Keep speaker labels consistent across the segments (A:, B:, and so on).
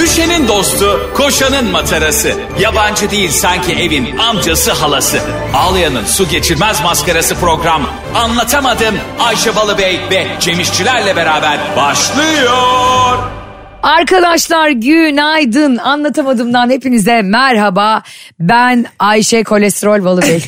A: Ayşe'nin dostu, koşanın matarası. Yabancı değil sanki evin amcası halası. Ağlayan'ın su geçirmez maskarası program. Anlatamadım Ayşe Balıbey ve Cemişçilerle beraber başlıyor.
B: Arkadaşlar günaydın. Anlatamadığımdan hepinize merhaba. Ben Ayşe Kolesterol Balıbey.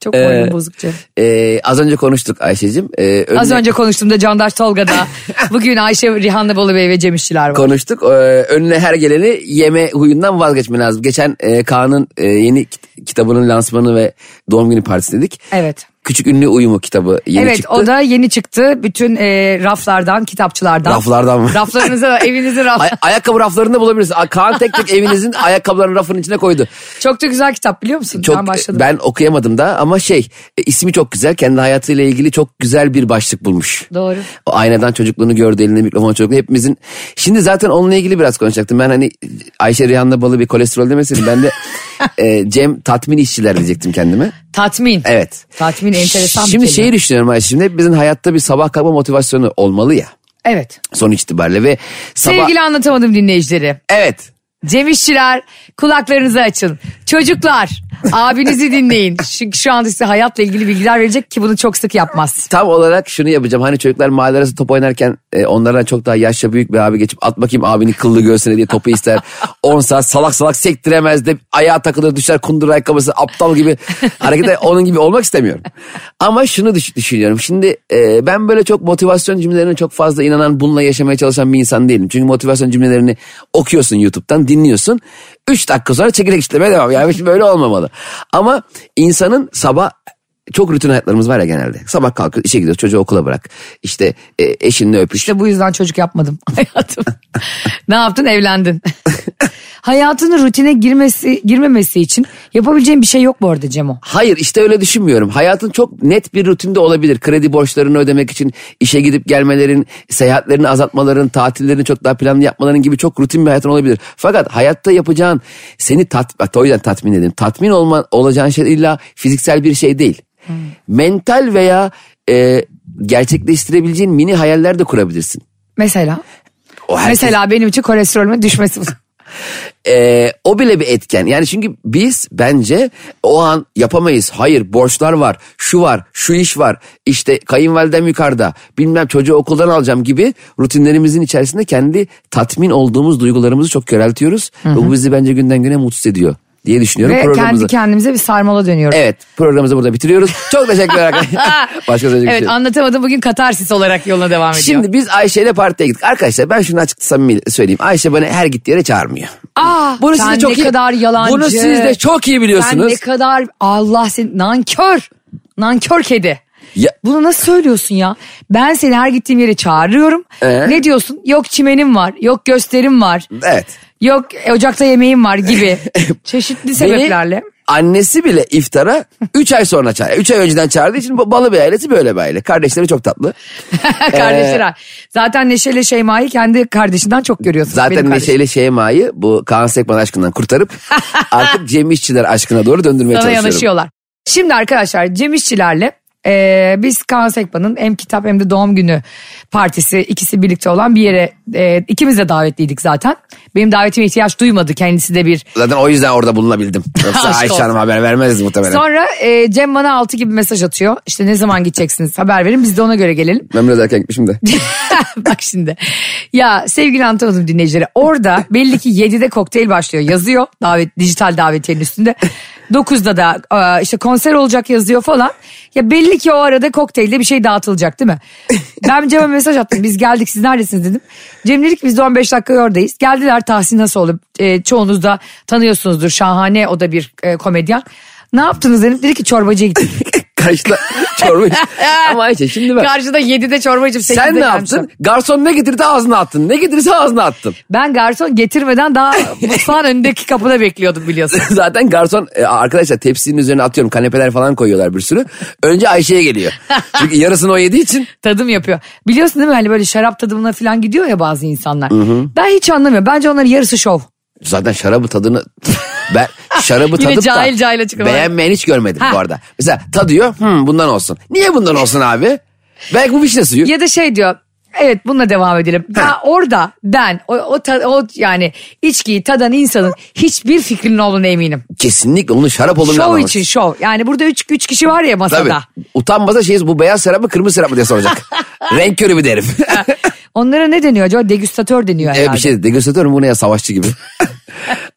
B: Çok boynum bozukça.
C: Ee, az önce konuştuk Ayşe'cim. Ee,
B: Az
C: önüne
B: önce konuştuğumda Candaş Tolga'da. Bugün Ayşe Rihanna Balıbey ve Cem İşçiler var.
C: konuştuk. Ee, önüne her geleni yeme huyundan vazgeçmen lazım. Geçen e, Kaan'ın e, yeni kit- kitabının lansmanı ve doğum günü partisi dedik.
B: evet.
C: Küçük Ünlü Uyumu kitabı yeni
B: evet
C: çıktı.
B: o da yeni çıktı. Bütün e, raflardan, kitapçılardan.
C: Raflardan mı?
B: Raflarınıza da evinizin raf.
C: Ay- ayakkabı raflarında bulabilirsin. Aa, Kaan tek tek evinizin ayakkabılarını rafın içine koydu.
B: Çok da güzel kitap biliyor musun?
C: Çok
B: ben başladım.
C: ben okuyamadım da ama şey e, ismi çok güzel. Kendi hayatıyla ilgili çok güzel bir başlık bulmuş.
B: Doğru.
C: O aynadan çocukluğunu gördü elinde mikrofon çocukluğu hepimizin. Şimdi zaten onunla ilgili biraz konuşacaktım. Ben hani Ayşe Rihanna balı bir kolesterol demeseydim ben de e, Cem tatmin işçiler diyecektim kendime.
B: Tatmin.
C: Evet.
B: Tatmin enteresan
C: Şimdi şey-
B: bir kelime.
C: şeyi düşünüyorum Ayşe. Şimdi hepimizin hayatta bir sabah kalkma motivasyonu olmalı ya
B: Evet.
C: son itibariyle ve sabah...
B: Sevgili anlatamadım dinleyicileri.
C: Evet.
B: Cem İşçiler kulaklarınızı açın. Çocuklar abinizi dinleyin. Çünkü şu anda size hayatla ilgili bilgiler verecek ki bunu çok sık yapmaz.
C: Tam olarak şunu yapacağım. Hani çocuklar mahalle arası top oynarken e, onlardan çok daha yaşça büyük bir abi geçip at bakayım abinin kıllı göğsüne diye topu ister. 10 saat salak salak sektiremez de ayağa takılır düşer kundur ayakkabısı aptal gibi hareket eder. onun gibi olmak istemiyorum. Ama şunu düş- düşünüyorum. Şimdi e, ben böyle çok motivasyon cümlelerine çok fazla inanan bununla yaşamaya çalışan bir insan değilim. Çünkü motivasyon cümlelerini okuyorsun YouTube'dan dinliyorsun. 3 dakika sonra çekirdek işlemeye devam. Yani hiç böyle olmamalı. Ama insanın sabah çok rutin hayatlarımız var ya genelde. Sabah kalkıyoruz işe gidiyoruz çocuğu okula bırak. İşte e, eşinle öpüş.
B: İşte bu yüzden çocuk yapmadım hayatım. ne yaptın evlendin. Hayatının rutine girmesi girmemesi için yapabileceğin bir şey yok bu arada Cemo.
C: Hayır işte öyle düşünmüyorum. Hayatın çok net bir rutinde olabilir. Kredi borçlarını ödemek için işe gidip gelmelerin, seyahatlerini azaltmaların, tatillerini çok daha planlı yapmaların gibi çok rutin bir hayatın olabilir. Fakat hayatta yapacağın seni tat, bak o yüzden tatmin dedim. Tatmin olma, olacağın şey illa fiziksel bir şey değil. Mental veya e, gerçekleştirebileceğin mini hayaller de kurabilirsin.
B: Mesela
C: O herkes-
B: mesela benim için kolesterolümün düşmesi.
C: Ee, o bile bir etken. Yani çünkü biz bence o an yapamayız. Hayır borçlar var, şu var, şu iş var. İşte kayınvalidem yukarıda, bilmem çocuğu okuldan alacağım gibi rutinlerimizin içerisinde kendi tatmin olduğumuz duygularımızı çok köreltiyoruz. Ve bu bizi bence günden güne mutsuz ediyor diye düşünüyorum.
B: Ve
C: programımızı.
B: kendi kendimize bir sarmala dönüyoruz.
C: Evet programımızı burada bitiriyoruz. Çok teşekkürler arkadaşlar. Başka söyleyecek bir şey
B: Evet
C: yok.
B: anlatamadım bugün katarsis olarak yoluna devam ediyor.
C: Şimdi biz Ayşe ile partiye gittik. Arkadaşlar ben şunu açık samimi söyleyeyim. Ayşe bana her gittiği yere çağırmıyor.
B: Aa,
C: Bunu siz
B: Ah, sen
C: de çok
B: ne
C: iyi-
B: kadar yalancı.
C: Bunu siz de çok iyi biliyorsunuz.
B: Sen ne kadar Allah seni nankör. Nankör kedi.
C: Ya-
B: Bunu nasıl söylüyorsun ya? Ben seni her gittiğim yere çağırıyorum.
C: Ee?
B: Ne diyorsun? Yok çimenim var, yok gösterim var,
C: Evet.
B: yok ocakta yemeğim var gibi. Çeşitli sebeplerle.
C: Beni annesi bile iftara 3 ay sonra çağırdı. 3 ay önceden çağırdığı için bu balı bir ailesi böyle bir aile. Kardeşleri çok tatlı. Ee?
B: Kardeşler. Zaten Neşe'yle Şeyma'yı kendi kardeşinden çok görüyorsun.
C: Zaten Neşe'yle Şeyma'yı bu Kaan Sekman aşkından kurtarıp artık Cem İşçiler aşkına doğru döndürmeye
B: Sana
C: çalışıyorum.
B: yanaşıyorlar. Şimdi arkadaşlar Cem İşçilerle e, biz Kaan Sekman'ın hem kitap hem de doğum günü partisi ikisi birlikte olan bir yere e, ikimiz de davetliydik zaten. Benim davetime ihtiyaç duymadı kendisi de bir.
C: Zaten o yüzden orada bulunabildim. Yoksa
B: Aşk
C: Ayşe
B: olsun.
C: Hanım haber vermezdi muhtemelen.
B: Sonra e, Cem bana altı gibi mesaj atıyor. İşte ne zaman gideceksiniz haber verin biz de ona göre gelelim.
C: Ben biraz erken gitmişim de.
B: Bak şimdi. Ya sevgili Antonum dinleyicileri orada belli ki 7'de kokteyl başlıyor yazıyor. Davet, dijital davetiyenin üstünde. 9'da da e, işte konser olacak yazıyor falan. Ya belli ki o arada kokteylde bir şey dağıtılacak değil mi? Ben Cem'e mesaj attım. Biz geldik siz neredesiniz dedim. Cem dedi ki biz de 15 dakika oradayız. Geldiler Tahsin Hasoğlu. E, çoğunuz da tanıyorsunuzdur. Şahane o da bir e, komedyen. Ne yaptınız dedim. Dedi ki çorbacıya gittik.
C: Kaçta çorba iç- Ama Ayşe şimdi bak.
B: Karşıda 7'de çorba içip 8'de
C: Sen ne
B: gelmişler.
C: yaptın? Garson ne getirdi ağzına attın. Ne getirirse ağzına attın.
B: Ben garson getirmeden daha mutfağın önündeki kapıda bekliyordum biliyorsun.
C: Zaten garson e, arkadaşlar tepsinin üzerine atıyorum kanepeler falan koyuyorlar bir sürü. Önce Ayşe'ye geliyor. Çünkü yarısını o yediği için
B: Tadım yapıyor. Biliyorsun değil mi hani böyle şarap tadımına falan gidiyor ya bazı insanlar. Ben hiç anlamıyorum. Bence onların yarısı şov.
C: zaten şarabı tadını ben şarabı
B: Yine
C: tadıp
B: cahil
C: da
B: cahil açıklamalar.
C: beğenmeyen hiç görmedim
B: Ha.
C: bu arada. Mesela tadıyor "Hmm, bundan olsun. Niye bundan olsun abi? Belki bu vişne suyu.
B: Ya da şey diyor Evet bununla devam edelim. Ya orada ben o, o, ta- o yani içkiyi tadan insanın hiçbir fikrinin olduğunu eminim.
C: Kesinlikle onun şarap olduğunu
B: Şov
C: anlamaz.
B: için şov. Yani burada üç, üç kişi var ya masada.
C: Tabii. Utanmasa şeyiz bu beyaz şarap mı kırmızı şarap mı diye soracak. Renk körü bir derim.
B: Onlara ne deniyor acaba? Degüstatör deniyor herhalde.
C: evet bir şey degüstatör mü bu ne ya savaşçı gibi.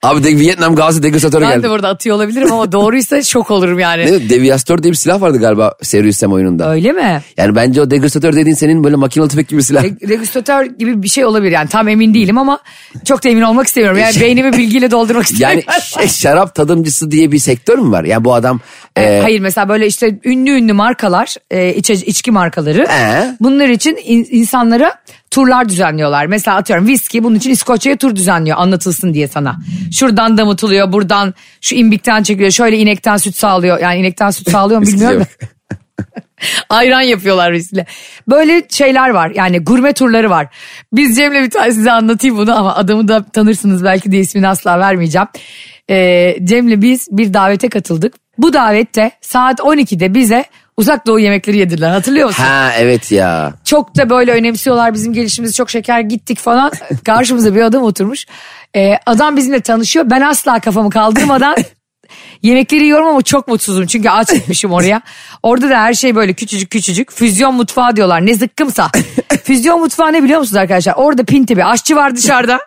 C: Abi de, Vietnam gazi degüstatörü
B: Ben de
C: geldi.
B: burada atıyor olabilirim ama doğruysa şok olurum yani.
C: Ne, deviastör diye bir silah vardı galiba Seri Üstem oyununda.
B: Öyle mi?
C: Yani bence o degüstatör dediğin senin böyle makinalı tüfek gibi bir silah.
B: Re- Regüstatör E, gibi bir şey olabilir yani tam emin değilim ama çok da emin olmak istemiyorum. Yani beynimi bilgiyle doldurmak istemiyorum.
C: Şey- Yani şey, şarap tadımcısı diye bir sektör mü var? Yani bu adam e,
B: Hayır mesela böyle işte ünlü ünlü markalar, e, içe- içki markaları
C: Ee?
B: bunlar için in- insanlara turlar düzenliyorlar. Mesela atıyorum viski bunun için İskoçya'ya tur düzenliyor anlatılsın diye sana. Şuradan damıtılıyor, buradan şu imbikten çekiliyor, şöyle inekten süt sağlıyor. Yani inekten süt sağlıyor mu
C: Viskiye
B: bilmiyorum da.
C: bak.
B: Ayran yapıyorlar riskle. Böyle şeyler var yani gurme turları var. Biz Cem'le bir tane size anlatayım bunu ama adamı da tanırsınız belki de ismini asla vermeyeceğim. Ee, Cem'le biz bir davete katıldık. Bu davette saat 12'de bize uzak doğu yemekleri yedirdiler hatırlıyor musun?
C: Ha evet ya.
B: Çok da böyle önemsiyorlar bizim gelişimiz çok şeker gittik falan. Karşımıza bir adam oturmuş. Ee, adam bizimle tanışıyor ben asla kafamı kaldırmadan Yemekleri yiyorum ama çok mutsuzum çünkü aç gitmişim oraya. Orada da her şey böyle küçücük küçücük. Füzyon mutfağı diyorlar ne zıkkımsa. Füzyon mutfağı ne biliyor musunuz arkadaşlar? Orada pinti bir aşçı var dışarıda.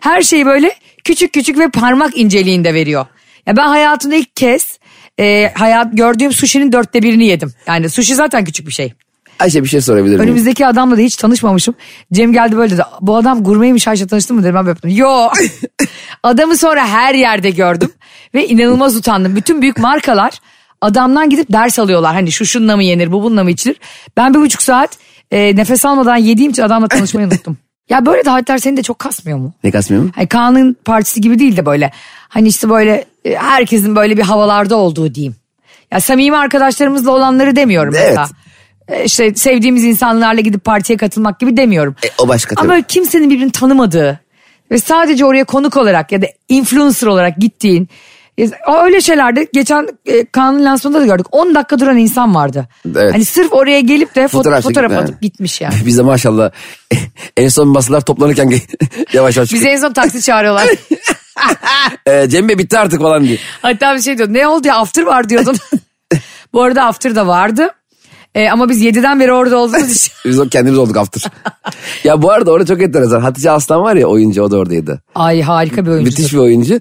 B: Her şeyi böyle küçük küçük ve parmak inceliğinde veriyor. Ya ben hayatımda ilk kez e, hayat gördüğüm sushi'nin dörtte birini yedim. Yani sushi zaten küçük bir şey.
C: Ayşe bir şey sorabilir miyim?
B: Önümüzdeki adamla da hiç tanışmamışım. Cem geldi böyle dedi. Bu adam gurmeymiş Ayşe tanıştın mı dedim. Ben böyle yaptım. Yo. Adamı sonra her yerde gördüm. Ve inanılmaz utandım. Bütün büyük markalar adamdan gidip ders alıyorlar. Hani şu şunla mı yenir bu bununla mı içilir. Ben bir buçuk saat e, nefes almadan yediğim için adamla tanışmayı unuttum. Ya böyle davetler seni de çok kasmıyor mu?
C: Ne kasmıyor mu?
B: Hani Kaan'ın partisi gibi değil de böyle. Hani işte böyle e, herkesin böyle bir havalarda olduğu diyeyim. Ya samimi arkadaşlarımızla olanları demiyorum
C: Evet.
B: mesela. E, İşte sevdiğimiz insanlarla gidip partiye katılmak gibi demiyorum.
C: E, o başka tabii.
B: Ama böyle kimsenin birbirini tanımadığı ve sadece oraya konuk olarak ya da influencer olarak gittiğin ya o öyle şeylerde geçen e, Kaan'ın lansmanında da gördük. 10 dakika duran insan vardı.
C: Evet.
B: Hani sırf oraya gelip de fotoğraf,
C: Fotoğraf çekip,
B: fotoğraf
C: yani.
B: atıp gitmiş yani.
C: Biz de maşallah en son masalar toplanırken yavaş yavaş
B: Bize en son taksi çağırıyorlar.
C: Ee, Cem Bey bitti artık falan diye.
B: Hatta bir şey diyordu. Ne oldu ya after var diyordun. Bu arada after da vardı. Ee, ama biz 7'den beri orada olduğumuz için.
C: Biz o- kendimiz olduk after. ya bu arada orada çok enteresan. Hatice Aslan var ya oyuncu o da oradaydı.
B: Ay harika bir oyuncu.
C: Müthiş bir oyuncu.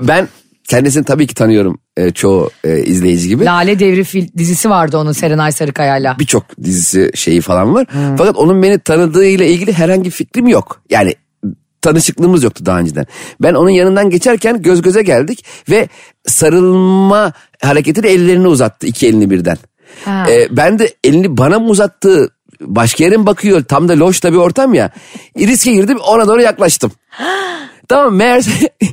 C: Ben kendisini tabii ki tanıyorum e, çoğu e, izleyici gibi.
B: Lale Devri fil- dizisi vardı onun Serenay Sarıkaya'yla.
C: Birçok dizisi şeyi falan var. Fakat onun beni tanıdığıyla ilgili herhangi bir fikrim yok. Yani tanışıklığımız yoktu daha önceden. Ben onun yanından geçerken göz göze geldik ve sarılma hareketiyle ellerini uzattı iki elini birden.
B: Ha.
C: Ee, ben de elini bana mı uzattı başka yere mi bakıyor tam da loş da bir ortam ya. Riske girdim ona doğru yaklaştım. Tamam meğerse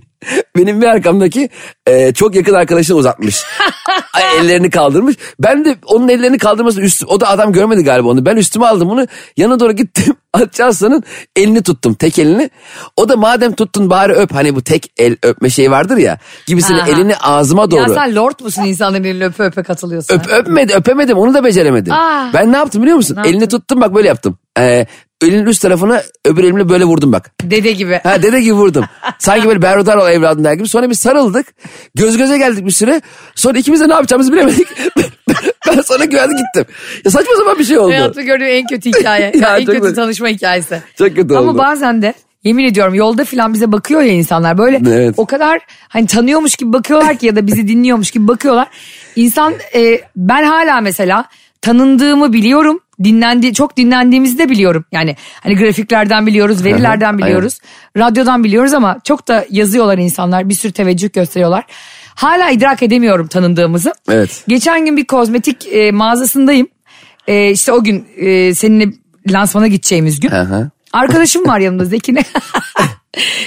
C: benim bir arkamdaki e, çok yakın arkadaşını uzatmış. Ay, ellerini kaldırmış. Ben de onun ellerini kaldırması üst, o da adam görmedi galiba onu. Ben üstüme aldım bunu. Yana doğru gittim. Açarsanın elini tuttum. Tek elini. O da madem tuttun bari öp. Hani bu tek el öpme şeyi vardır ya. Gibisini
B: Aha.
C: elini ağzıma şey doğru.
B: Ya sen lord musun insanların elini öpe öpe katılıyorsun?
C: Öp, öpmedi, öpemedim onu da beceremedim.
B: Aa.
C: Ben ne yaptım biliyor musun? Elini tuttum bak böyle yaptım. Ee, elinin üst tarafına öbür elimle böyle vurdum bak.
B: Dede gibi.
C: Ha dede gibi vurdum. Sanki böyle berhudar ol evladım der gibi. Sonra bir sarıldık. Göz göze geldik bir süre. Sonra ikimiz de ne yapacağımızı bilemedik. ben sonra güvenlik gittim. Ya saçma sapan bir şey oldu.
B: Hayatımda gördüğüm en kötü hikaye.
C: Ya
B: Yani en
C: çok
B: kötü
C: kötü.
B: tanışma hikayesi.
C: Çok kötü
B: Ama
C: oldu.
B: bazen de yemin ediyorum yolda filan bize bakıyor ya insanlar böyle
C: Evet.
B: o kadar hani tanıyormuş gibi bakıyorlar ki ya da bizi dinliyormuş gibi bakıyorlar. İnsan e, ben hala mesela tanındığımı biliyorum. Dinlendi, çok dinlendiğimizi de biliyorum. Yani hani grafiklerden biliyoruz, verilerden
C: aynen.
B: biliyoruz, radyodan biliyoruz ama çok da yazıyorlar insanlar. Bir sürü teveccüh gösteriyorlar. Hala idrak edemiyorum tanındığımızı.
C: Evet.
B: Geçen gün bir kozmetik e, mağazasındayım. E, işte o gün e, seninle lansmana gideceğimiz gün.
C: Hı hı.
B: Arkadaşım var yanımda Zekine.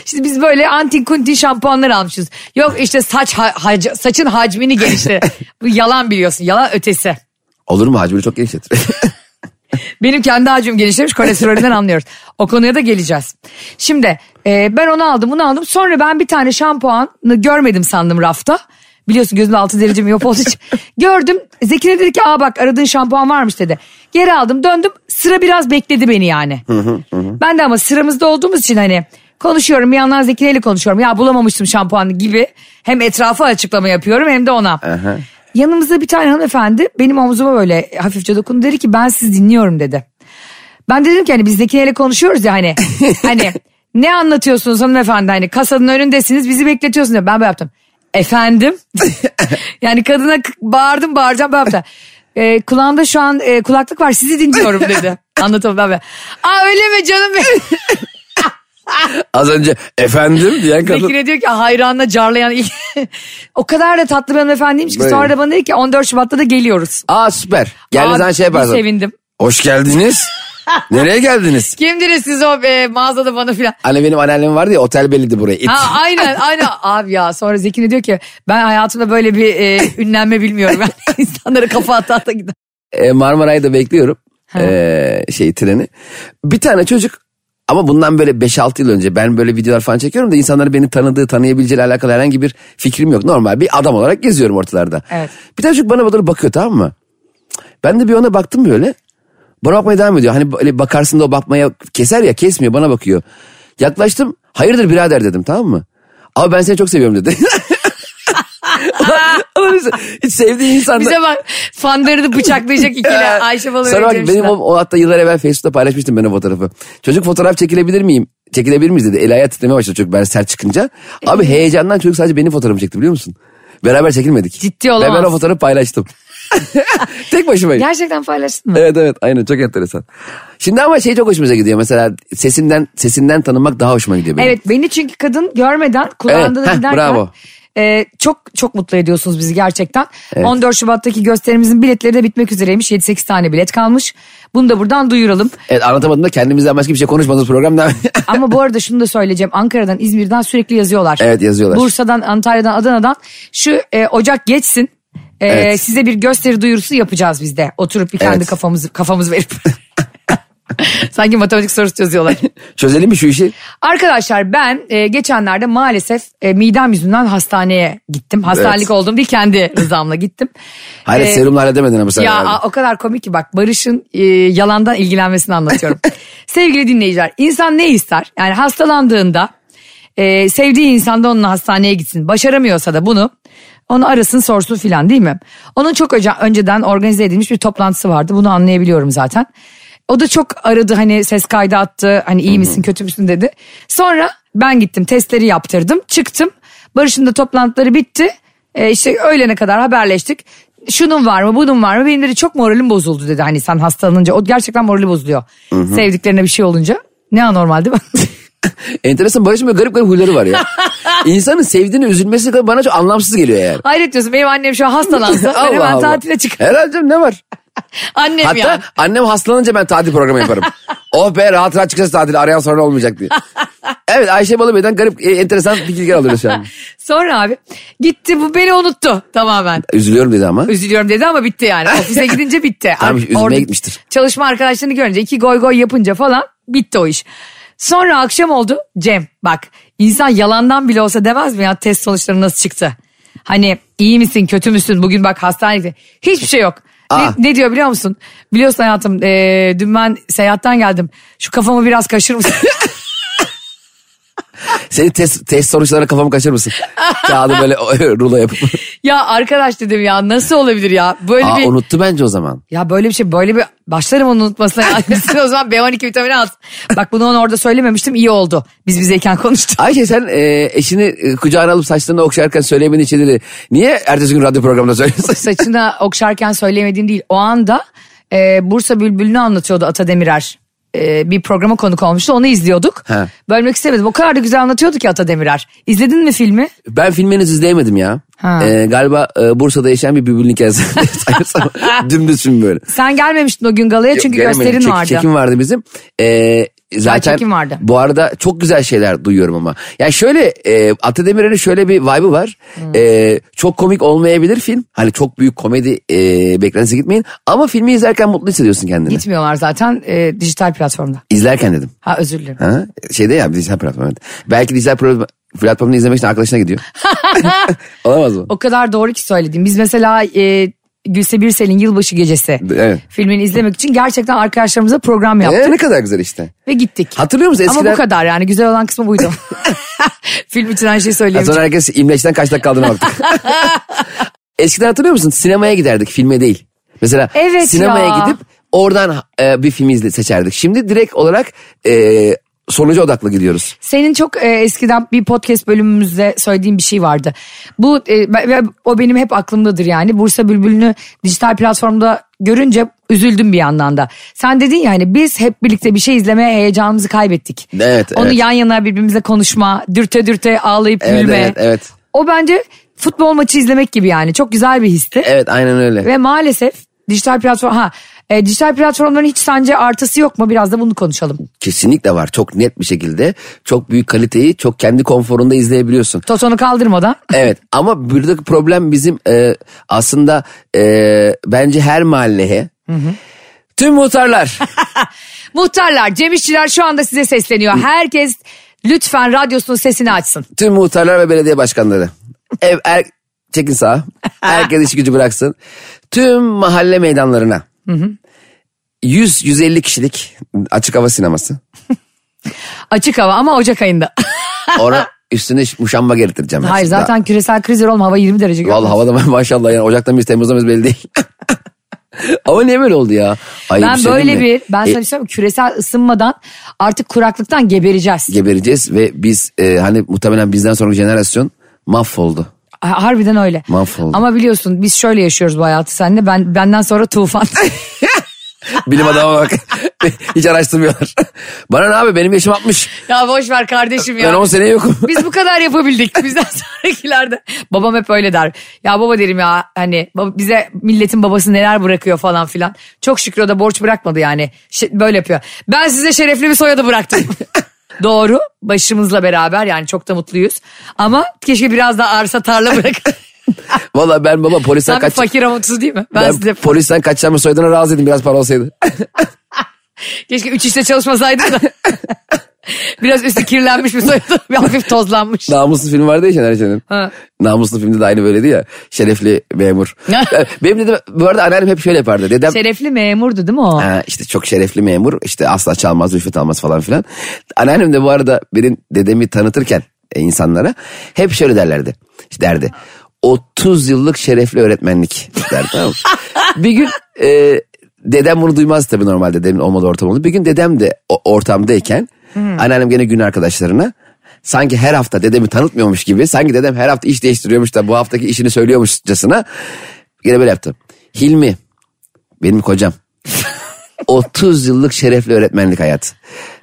B: Şimdi biz böyle antin kuntin şampuanlar almışız. Yok işte saç ha- hac- saçın hacmini genişle. Bu yalan biliyorsun. Yalan ötesi.
C: Olur mu hacmini çok genişletir.
B: Benim kendi hacim genişlemiş kolesterolünden anlıyoruz. O konuya da geleceğiz. Şimdi e, ben onu aldım bunu aldım. Sonra ben bir tane şampuanı görmedim sandım rafta. Biliyorsun gözümde altı derecem yok olduğu için. Gördüm. Zekine dedi ki aa bak aradığın şampuan varmış dedi. Geri aldım döndüm. Sıra biraz bekledi beni yani. ben de ama sıramızda olduğumuz için hani konuşuyorum bir yandan Zekine ile konuşuyorum. Ya bulamamıştım şampuanı gibi. Hem etrafa açıklama yapıyorum hem de ona. Yanımızda bir tane hanımefendi benim omzuma böyle hafifçe dokundu dedi ki ben sizi dinliyorum dedi. Ben de dedim ki hani biz Zekine'yle konuşuyoruz ya hani. hani ne anlatıyorsunuz hanımefendi hani kasanın önündesiniz bizi bekletiyorsunuz. diyor. Ben böyle yaptım. Efendim? yani kadına k- bağırdım bağıracağım böyle yaptım. Ee, kulağımda şu an e, kulaklık var sizi dinliyorum dedi. Anlatamam ben böyle. Aa öyle mi canım benim?
C: Az önce efendim diyen kadın.
B: Zekine diyor ki hayranla carlayan ilk. o kadar da tatlı bir hanımefendiymiş ki
C: Böyle.
B: sonra da bana dedi ki 14 Şubat'ta da geliyoruz.
C: Aa süper. Geldiğiniz
B: Abi,
C: zaman şey
B: bir
C: yaparsın.
B: Sevindim.
C: Hoş geldiniz. Nereye geldiniz?
B: Kimdiniz siz o e, mağazada bana filan.
C: Hani benim anneannem vardı ya otel belliydi buraya. İt.
B: Ha, aynen aynen abi ya sonra Zekine diyor ki ben hayatımda böyle bir e, ünlenme bilmiyorum. Ben insanları kafa ata ata gider.
C: e, Marmaray'da bekliyorum e, şey treni. Bir tane çocuk ama bundan böyle 5-6 yıl önce ben böyle videolar falan çekiyorum da insanların beni tanıdığı tanıyabileceğiyle alakalı herhangi bir fikrim yok. Normal bir adam olarak geziyorum ortalarda.
B: Evet.
C: Bir tane çocuk bana böyle bakıyor tamam mı? Ben de bir ona baktım böyle. Bana bakmaya devam ediyor. Hani böyle bakarsın da o bakmaya keser ya kesmiyor bana bakıyor. Yaklaştım hayırdır birader dedim tamam mı? Abi ben seni çok seviyorum dedi. Ulan biz Hiç sevdiği insanlar.
B: Bize bak fanlarını bıçaklayacak ikili Ayşe Balı
C: Sonra
B: ve
C: bak
B: Cem
C: Ee, benim o,
B: Şener.
C: o hatta yıllar evvel Facebook'ta paylaşmıştım ben o fotoğrafı. Çocuk fotoğraf çekilebilir miyim? Çekilebilir miyiz dedi. El ayağı titremeye başladı çocuk ben sert çıkınca. Abi
B: Ee.
C: heyecandan çocuk sadece benim fotoğrafımı çekti biliyor musun? Beraber çekilmedik.
B: Ciddi
C: Ve Ben
B: olamaz.
C: o fotoğrafı paylaştım. Tek başımayım.
B: Gerçekten paylaştın mı?
C: Evet evet aynen çok enteresan. Şimdi ama şey çok hoşumuza gidiyor mesela sesinden sesinden tanınmak daha hoşuma gidiyor benim.
B: Evet beni çünkü kadın görmeden kulağında
C: Evet,
B: da
C: heh,
B: giderken.
C: bravo.
B: e, çok çok mutlu ediyorsunuz bizi gerçekten. 14 Şubat'taki gösterimizin biletleri de bitmek üzereymiş. 7-8 tane bilet kalmış. Bunu da buradan duyuralım.
C: Evet anlatamadım da kendimizden başka bir şey konuşmadığımız programda.
B: Ama bu arada şunu da söyleyeceğim. Ankara'dan, İzmir'den sürekli yazıyorlar.
C: Evet, yazıyorlar.
B: Bursa'dan, Antalya'dan, Adana'dan. Şu e, Ocak geçsin. E,
C: Evet.
B: Size bir gösteri duyurusu yapacağız biz de. Oturup bir kendi
C: Evet.
B: kafamızı kafamızı verip. Sanki matematik sorusu çözüyorlar.
C: Çözelim mi şu işi?
B: Arkadaşlar ben e, geçenlerde maalesef e, midem yüzünden hastaneye gittim. Hastanelik
C: Evet.
B: olduğum değil kendi rızamla gittim.
C: Hayır
B: E,
C: serumla halledemedin ama sen.
B: ya
C: herhalde.
B: a- o kadar komik ki bak Barış'ın e, yalandan ilgilenmesini anlatıyorum. Sevgili dinleyiciler insan ne ister? Yani hastalandığında e, sevdiği insan da onunla hastaneye gitsin. Başaramıyorsa da bunu onu arasın sorsun filan değil mi? Onun çok öce- önceden organize edilmiş bir toplantısı vardı bunu anlayabiliyorum zaten. O da çok aradı hani ses kaydı attı hani iyi misin kötü müsün dedi. Sonra ben gittim testleri yaptırdım çıktım. Barış'ın da toplantıları bitti. E, işte öğlene kadar haberleştik. Şunun var mı bunun var mı benim dedi çok moralim bozuldu dedi. Hani sen hastalanınca o gerçekten morali bozuluyor. Sevdiklerine bir şey olunca. Ne anormal değil mi?
C: Enteresan Barış'ın böyle garip garip huyları var ya. İnsanın sevdiğini üzülmesi bana çok anlamsız geliyor yani.
B: Hayret diyorsun benim annem şu an hastalansa ben hemen tatile çıkarım.
C: Herhalde canım, ne var?
B: Annem
C: Hatta
B: ya.
C: annem hastalanınca ben tatil programı yaparım. oh be rahat rahat çıkacağız tatile arayan sorun olmayacak diye. evet Ayşe Balıbey'den garip e, enteresan fikirler alıyoruz şu an.
B: Sonra abi gitti bu beni unuttu tamamen.
C: Üzülüyorum dedi ama.
B: Üzülüyorum dedi ama bitti yani. Ofise gidince bitti.
C: Tamam,
B: Ar-
C: üzülmeye gitmiştir.
B: Çalışma arkadaşlarını görünce iki goy goy yapınca falan bitti o iş. Sonra akşam oldu Cem bak insan yalandan bile olsa demez mi ya test sonuçları nasıl çıktı? Hani iyi misin kötü müsün bugün bak hastanede hiçbir şey yok. Ne,
C: Aa.
B: ne diyor biliyor musun? Biliyorsun hayatım eee dün ben seyahatten geldim. Şu kafamı biraz kaşır mısın?
C: Seni test, test sonuçlarına kafamı kaçırır mısın? Kağıdı böyle e, rulo yapıp.
B: ya arkadaş dedim ya nasıl olabilir ya? Böyle
C: Aa
B: bir
C: unuttu bence o zaman.
B: Ya böyle bir şey böyle bir başlarım onun unutmasına. ya. Gitsin o zaman B12 vitamini al. Bak bunu ona orada söylememiştim iyi oldu. Biz bizeyken konuştuk.
C: Ayşe sen e, eşini e, kucağına alıp saçlarını okşarken söyleyemediğin şeyleri niye ertesi gün radyo programında söylüyorsun?
B: Saçına okşarken söyleyemediğim değil. O anda e, Bursa Bülbülü'nü anlatıyordu Ata Demirer. E, bir programa konuk olmuştu onu izliyorduk.
C: He.
B: Bölmek istemedim. O kadar da güzel anlatıyordu ki Ata Demirer. İzledin mi filmi?
C: Ben filmi henüz izleyemedim ya.
B: Ha.
C: Ee, galiba e, Bursa'da yaşayan bir bülbülün hikayesi. Sanırsam Dümdüz film böyle.
B: Sen gelmemiştin o gün galaya çünkü
C: Gelemedim.
B: gösterin
C: Çek-
B: vardı.
C: Çekim vardı bizim. Ee, zaten
B: çekim vardı.
C: bu arada çok güzel şeyler duyuyorum ama. Yani şöyle e, Atademir'in şöyle bir vibe'ı var.
B: Hmm.
C: Ee, çok komik olmayabilir film. Hani çok büyük komedi e, beklentisi gitmeyin. Ama filmi izlerken mutlu hissediyorsun kendini.
B: Gitmiyorlar zaten e, dijital platformda.
C: İzlerken dedim.
B: Ha özür dilerim.
C: Ha? Şeyde ya dijital platform evet. Belki dijital pro- Fırat Pamu'nu izlemek için arkadaşına gidiyor. Olamaz mı?
B: O kadar doğru ki söylediğim. Biz mesela e, Gülse Birsel'in yılbaşı gecesi
C: Evet.
B: filmini izlemek için gerçekten arkadaşlarımıza program yaptık
C: Ee, ne kadar güzel işte.
B: ve gittik.
C: Hatırlıyor musun eskiden?
B: Ama bu kadar yani güzel olan kısmı buydu. Film için her şeyi
C: Ya
B: söyleyemeyeceğim.
C: Sonra herkes imleçten kaç dakika kaldığına baktık. Eskiden hatırlıyor musun? Sinemaya giderdik filme değil. Mesela
B: Evet
C: sinemaya
B: ya.
C: gidip oradan e, bir film izle, seçerdik. Şimdi direkt olarak e, sonuca odaklı gidiyoruz.
B: Senin çok e, eskiden bir podcast bölümümüzde söylediğin bir şey vardı. Bu e, ben- ben- o benim hep aklımdadır yani. Bursa Bülbül'ünü dijital platformda görünce üzüldüm bir yandan da. Sen dedin ya hani biz hep birlikte bir şey izlemeye heyecanımızı kaybettik.
C: Evet,
B: Onu
C: evet.
B: yan yana birbirimizle konuşma, dürte dürte ağlayıp
C: Evet,
B: gülme.
C: evet, evet.
B: O bence futbol maçı izlemek gibi yani. Çok güzel bir histi.
C: Evet aynen öyle.
B: Ve maalesef dijital platform ha e, dijital platformların hiç sence artısı yok mu? Biraz da bunu konuşalım.
C: Kesinlikle var. Çok net bir şekilde. Çok büyük kaliteyi çok kendi konforunda izleyebiliyorsun.
B: Totonu kaldırmadan.
C: Evet ama buradaki problem bizim e, aslında e, bence her mahalleye tüm muhtarlar
B: Muhtarlar, Cem İşçiler şu anda size sesleniyor. Herkes lütfen radyosunun sesini açsın.
C: tüm muhtarlar ve belediye başkanları. Ev er, çekin sağa. Herkes iş gücü bıraksın. Tüm mahalle meydanlarına. 100-150 kişilik açık hava sineması.
B: Açık hava ama Ocak ayında.
C: Ora üstüne muşamba getireceğim. ben
B: Hayır
C: şimdi.
B: zaten küresel kriz var oğlum hava 20 derece. görmez.
C: Vallahi havada maşallah yani Ocak'tan biz Temmuz'dan biz belli değil. Ama niye böyle oldu ya? Ay,
B: ben
C: bir şey
B: böyle
C: diyeyim mi?
B: bir ben sana
C: E,
B: bir şey söyleyeyim mi? küresel ısınmadan artık kuraklıktan gebereceğiz.
C: gebereceğiz ve biz e, hani muhtemelen bizden sonraki jenerasyon mahvoldu.
B: Ha- Harbiden öyle.
C: Mahvoldum.
B: Ama biliyorsun biz şöyle yaşıyoruz bu hayatı senle. Ben benden sonra tufan.
C: Bilim adamı bak. Hiç araştırmıyorlar. Bana ne abi benim yaşım 60.
B: ya boş ver kardeşim ya.
C: Ben 10 sene yokum.
B: Biz bu kadar yapabildik bizden sonrakilerde. Babam hep öyle der. Ya baba derim ya hani baba- bize milletin babası neler bırakıyor falan filan. Çok şükür o da borç bırakmadı yani. Ş- böyle yapıyor. Ben size şerefli bir soyadı bıraktım. Doğru başımızla beraber yani çok da mutluyuz. Ama keşke biraz daha arsa tarla bırak.
C: Valla ben baba polisten
B: Sen bir
C: kaç...
B: fakir ama mutsuz değil mi? Ben,
C: Ben
B: size
C: polisten kaçacağımı soyadına razı edin biraz para olsaydı.
B: keşke üç işte çalışmasaydım da. biraz üstü kirlenmiş bir soyadı. Bir hafif tozlanmış.
C: Namuslu film vardı ya Şener Şen'in.
B: Ha.
C: Namuslu filmde de aynı böyleydi ya. Şerefli memur. Benim dedem bu arada anneannem hep şöyle yapardı. Dedem
B: Şerefli memurdu değil mi o?
C: Ha, işte çok şerefli memur işte asla çalmaz rüşvet almaz falan filan. Anneannem de bu arada benim dedemi tanıtırken e, insanlara hep şöyle derlerdi. İşte derdi 30 yıllık şerefli öğretmenlik derdi tamam mı? Bir gün e, dedem bunu duymaz tabii normalde dedemin olmadığı ortam oldu. Bir gün dedem de o ortamdayken anneannem gene gün arkadaşlarına sanki her hafta dedemi tanıtmıyormuş gibi sanki dedem her hafta iş değiştiriyormuş da bu haftaki işini söylüyormuşçasına gene böyle yaptım. Hilmi benim kocam 30 yıllık şerefli öğretmenlik hayatı.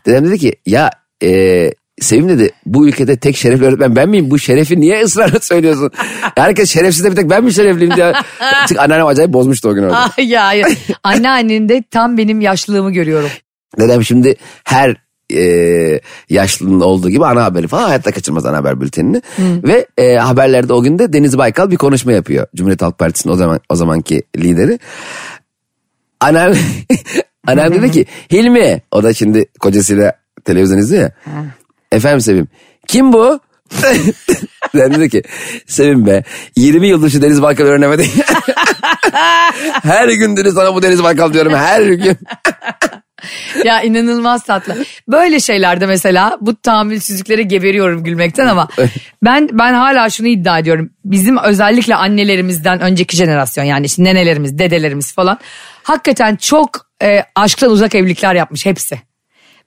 C: Dedem dedi ki ya e, Sevim dedi bu ülkede tek şerefli öğretmen ben miyim? Bu şerefi niye ısrarla söylüyorsun? Herkes şerefsiz de bir tek ben mi şerefliyim diye. Çünkü anneannem acayip bozmuştu o gün orada.
B: Ay Ah, ya hayır. Anneannen de tam benim yaşlılığımı görüyorum.
C: Dedem şimdi her e, yaşlının olduğu gibi ana haberi falan hayatta kaçırmaz ana haber bültenini. Ve e, haberlerde o gün de Deniz Baykal bir konuşma yapıyor. Cumhuriyet Halk Partisi'nin o zaman o zamanki lideri. Anam, anam dedi ki Hilmi o da şimdi kocasıyla televizyon izliyor ya. Efendim Sevim kim bu? ben dedi ki Sevim be 20 yıldır şu Deniz Baykal öğrenemedi. her gün dedi sana bu Deniz Baykal diyorum her gün.
B: Ya inanılmaz tatlı. Böyle şeylerde mesela bu tahammülsüzlüklere geberiyorum gülmekten ama ben ben hala şunu iddia ediyorum. Bizim özellikle annelerimizden önceki jenerasyon yani işte nenelerimiz, dedelerimiz falan hakikaten çok e, aşktan uzak evlilikler yapmış hepsi.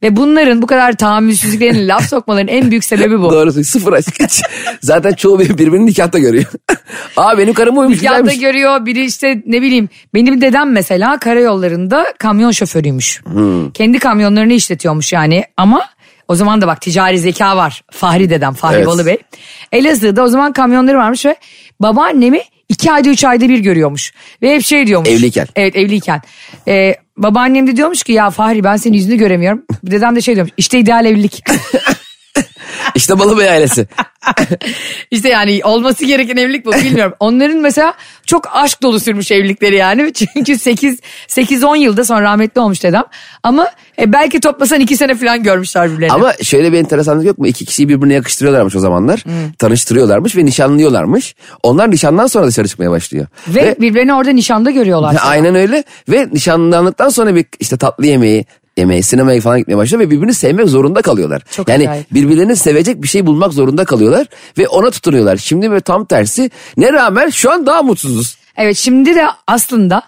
B: Ve bunların bu kadar tahammülsüzlüklerine laf sokmaların en büyük sebebi bu.
C: Doğru sıfır aşk. Hiç- Zaten çoğu bir- birbirini nikahta görüyor. Aa benim karım uymuş
B: Nikahta
C: güzelmiş.
B: görüyor biri işte ne bileyim benim dedem mesela karayollarında kamyon şoförüymüş.
C: Hmm.
B: Kendi kamyonlarını işletiyormuş yani ama o zaman da bak ticari zeka var Fahri dedem Fahri
C: Evet.
B: Balı Bey. Elazığ'da o zaman kamyonları varmış ve babaannemi iki ayda üç ayda bir görüyormuş. Ve hep şey diyormuş.
C: Evliyken.
B: Evet evliyken. Ee, babaannem de diyormuş ki ya Fahri ben senin yüzünü göremiyorum. Dedem de şey diyormuş işte ideal evlilik.
C: İşte Balıbey ailesi.
B: İşte yani olması gereken evlilik bu bilmiyorum. Onların mesela çok aşk dolu sürmüş evlilikleri yani. Çünkü 8 8 10 yılda sonra rahmetli olmuş dedem. Ama e, belki toplasan 2 sene falan görmüşler birbirlerini.
C: Ama şöyle bir enteresanlık yok mu? İki kişiyi birbirine yakıştırıyorlarmış o zamanlar.
B: Hmm.
C: Tanıştırıyorlarmış ve nişanlıyorlarmış. Onlar nişandan sonra dışarı çıkmaya başlıyor.
B: Ve, birbirlerini orada nişanda görüyorlar.
C: Ha, Aynen öyle. Ve nişanlandıktan sonra bir işte tatlı yemeği yemeği, sinemaya falan gitmeye başlıyor ve birbirini sevmek zorunda kalıyorlar.
B: Çok
C: yani
B: acayip.
C: birbirlerini sevecek bir şey bulmak zorunda kalıyorlar ve ona tutunuyorlar. Şimdi böyle tam tersi ne rağmen şu an daha mutsuzuz.
B: Evet şimdi de aslında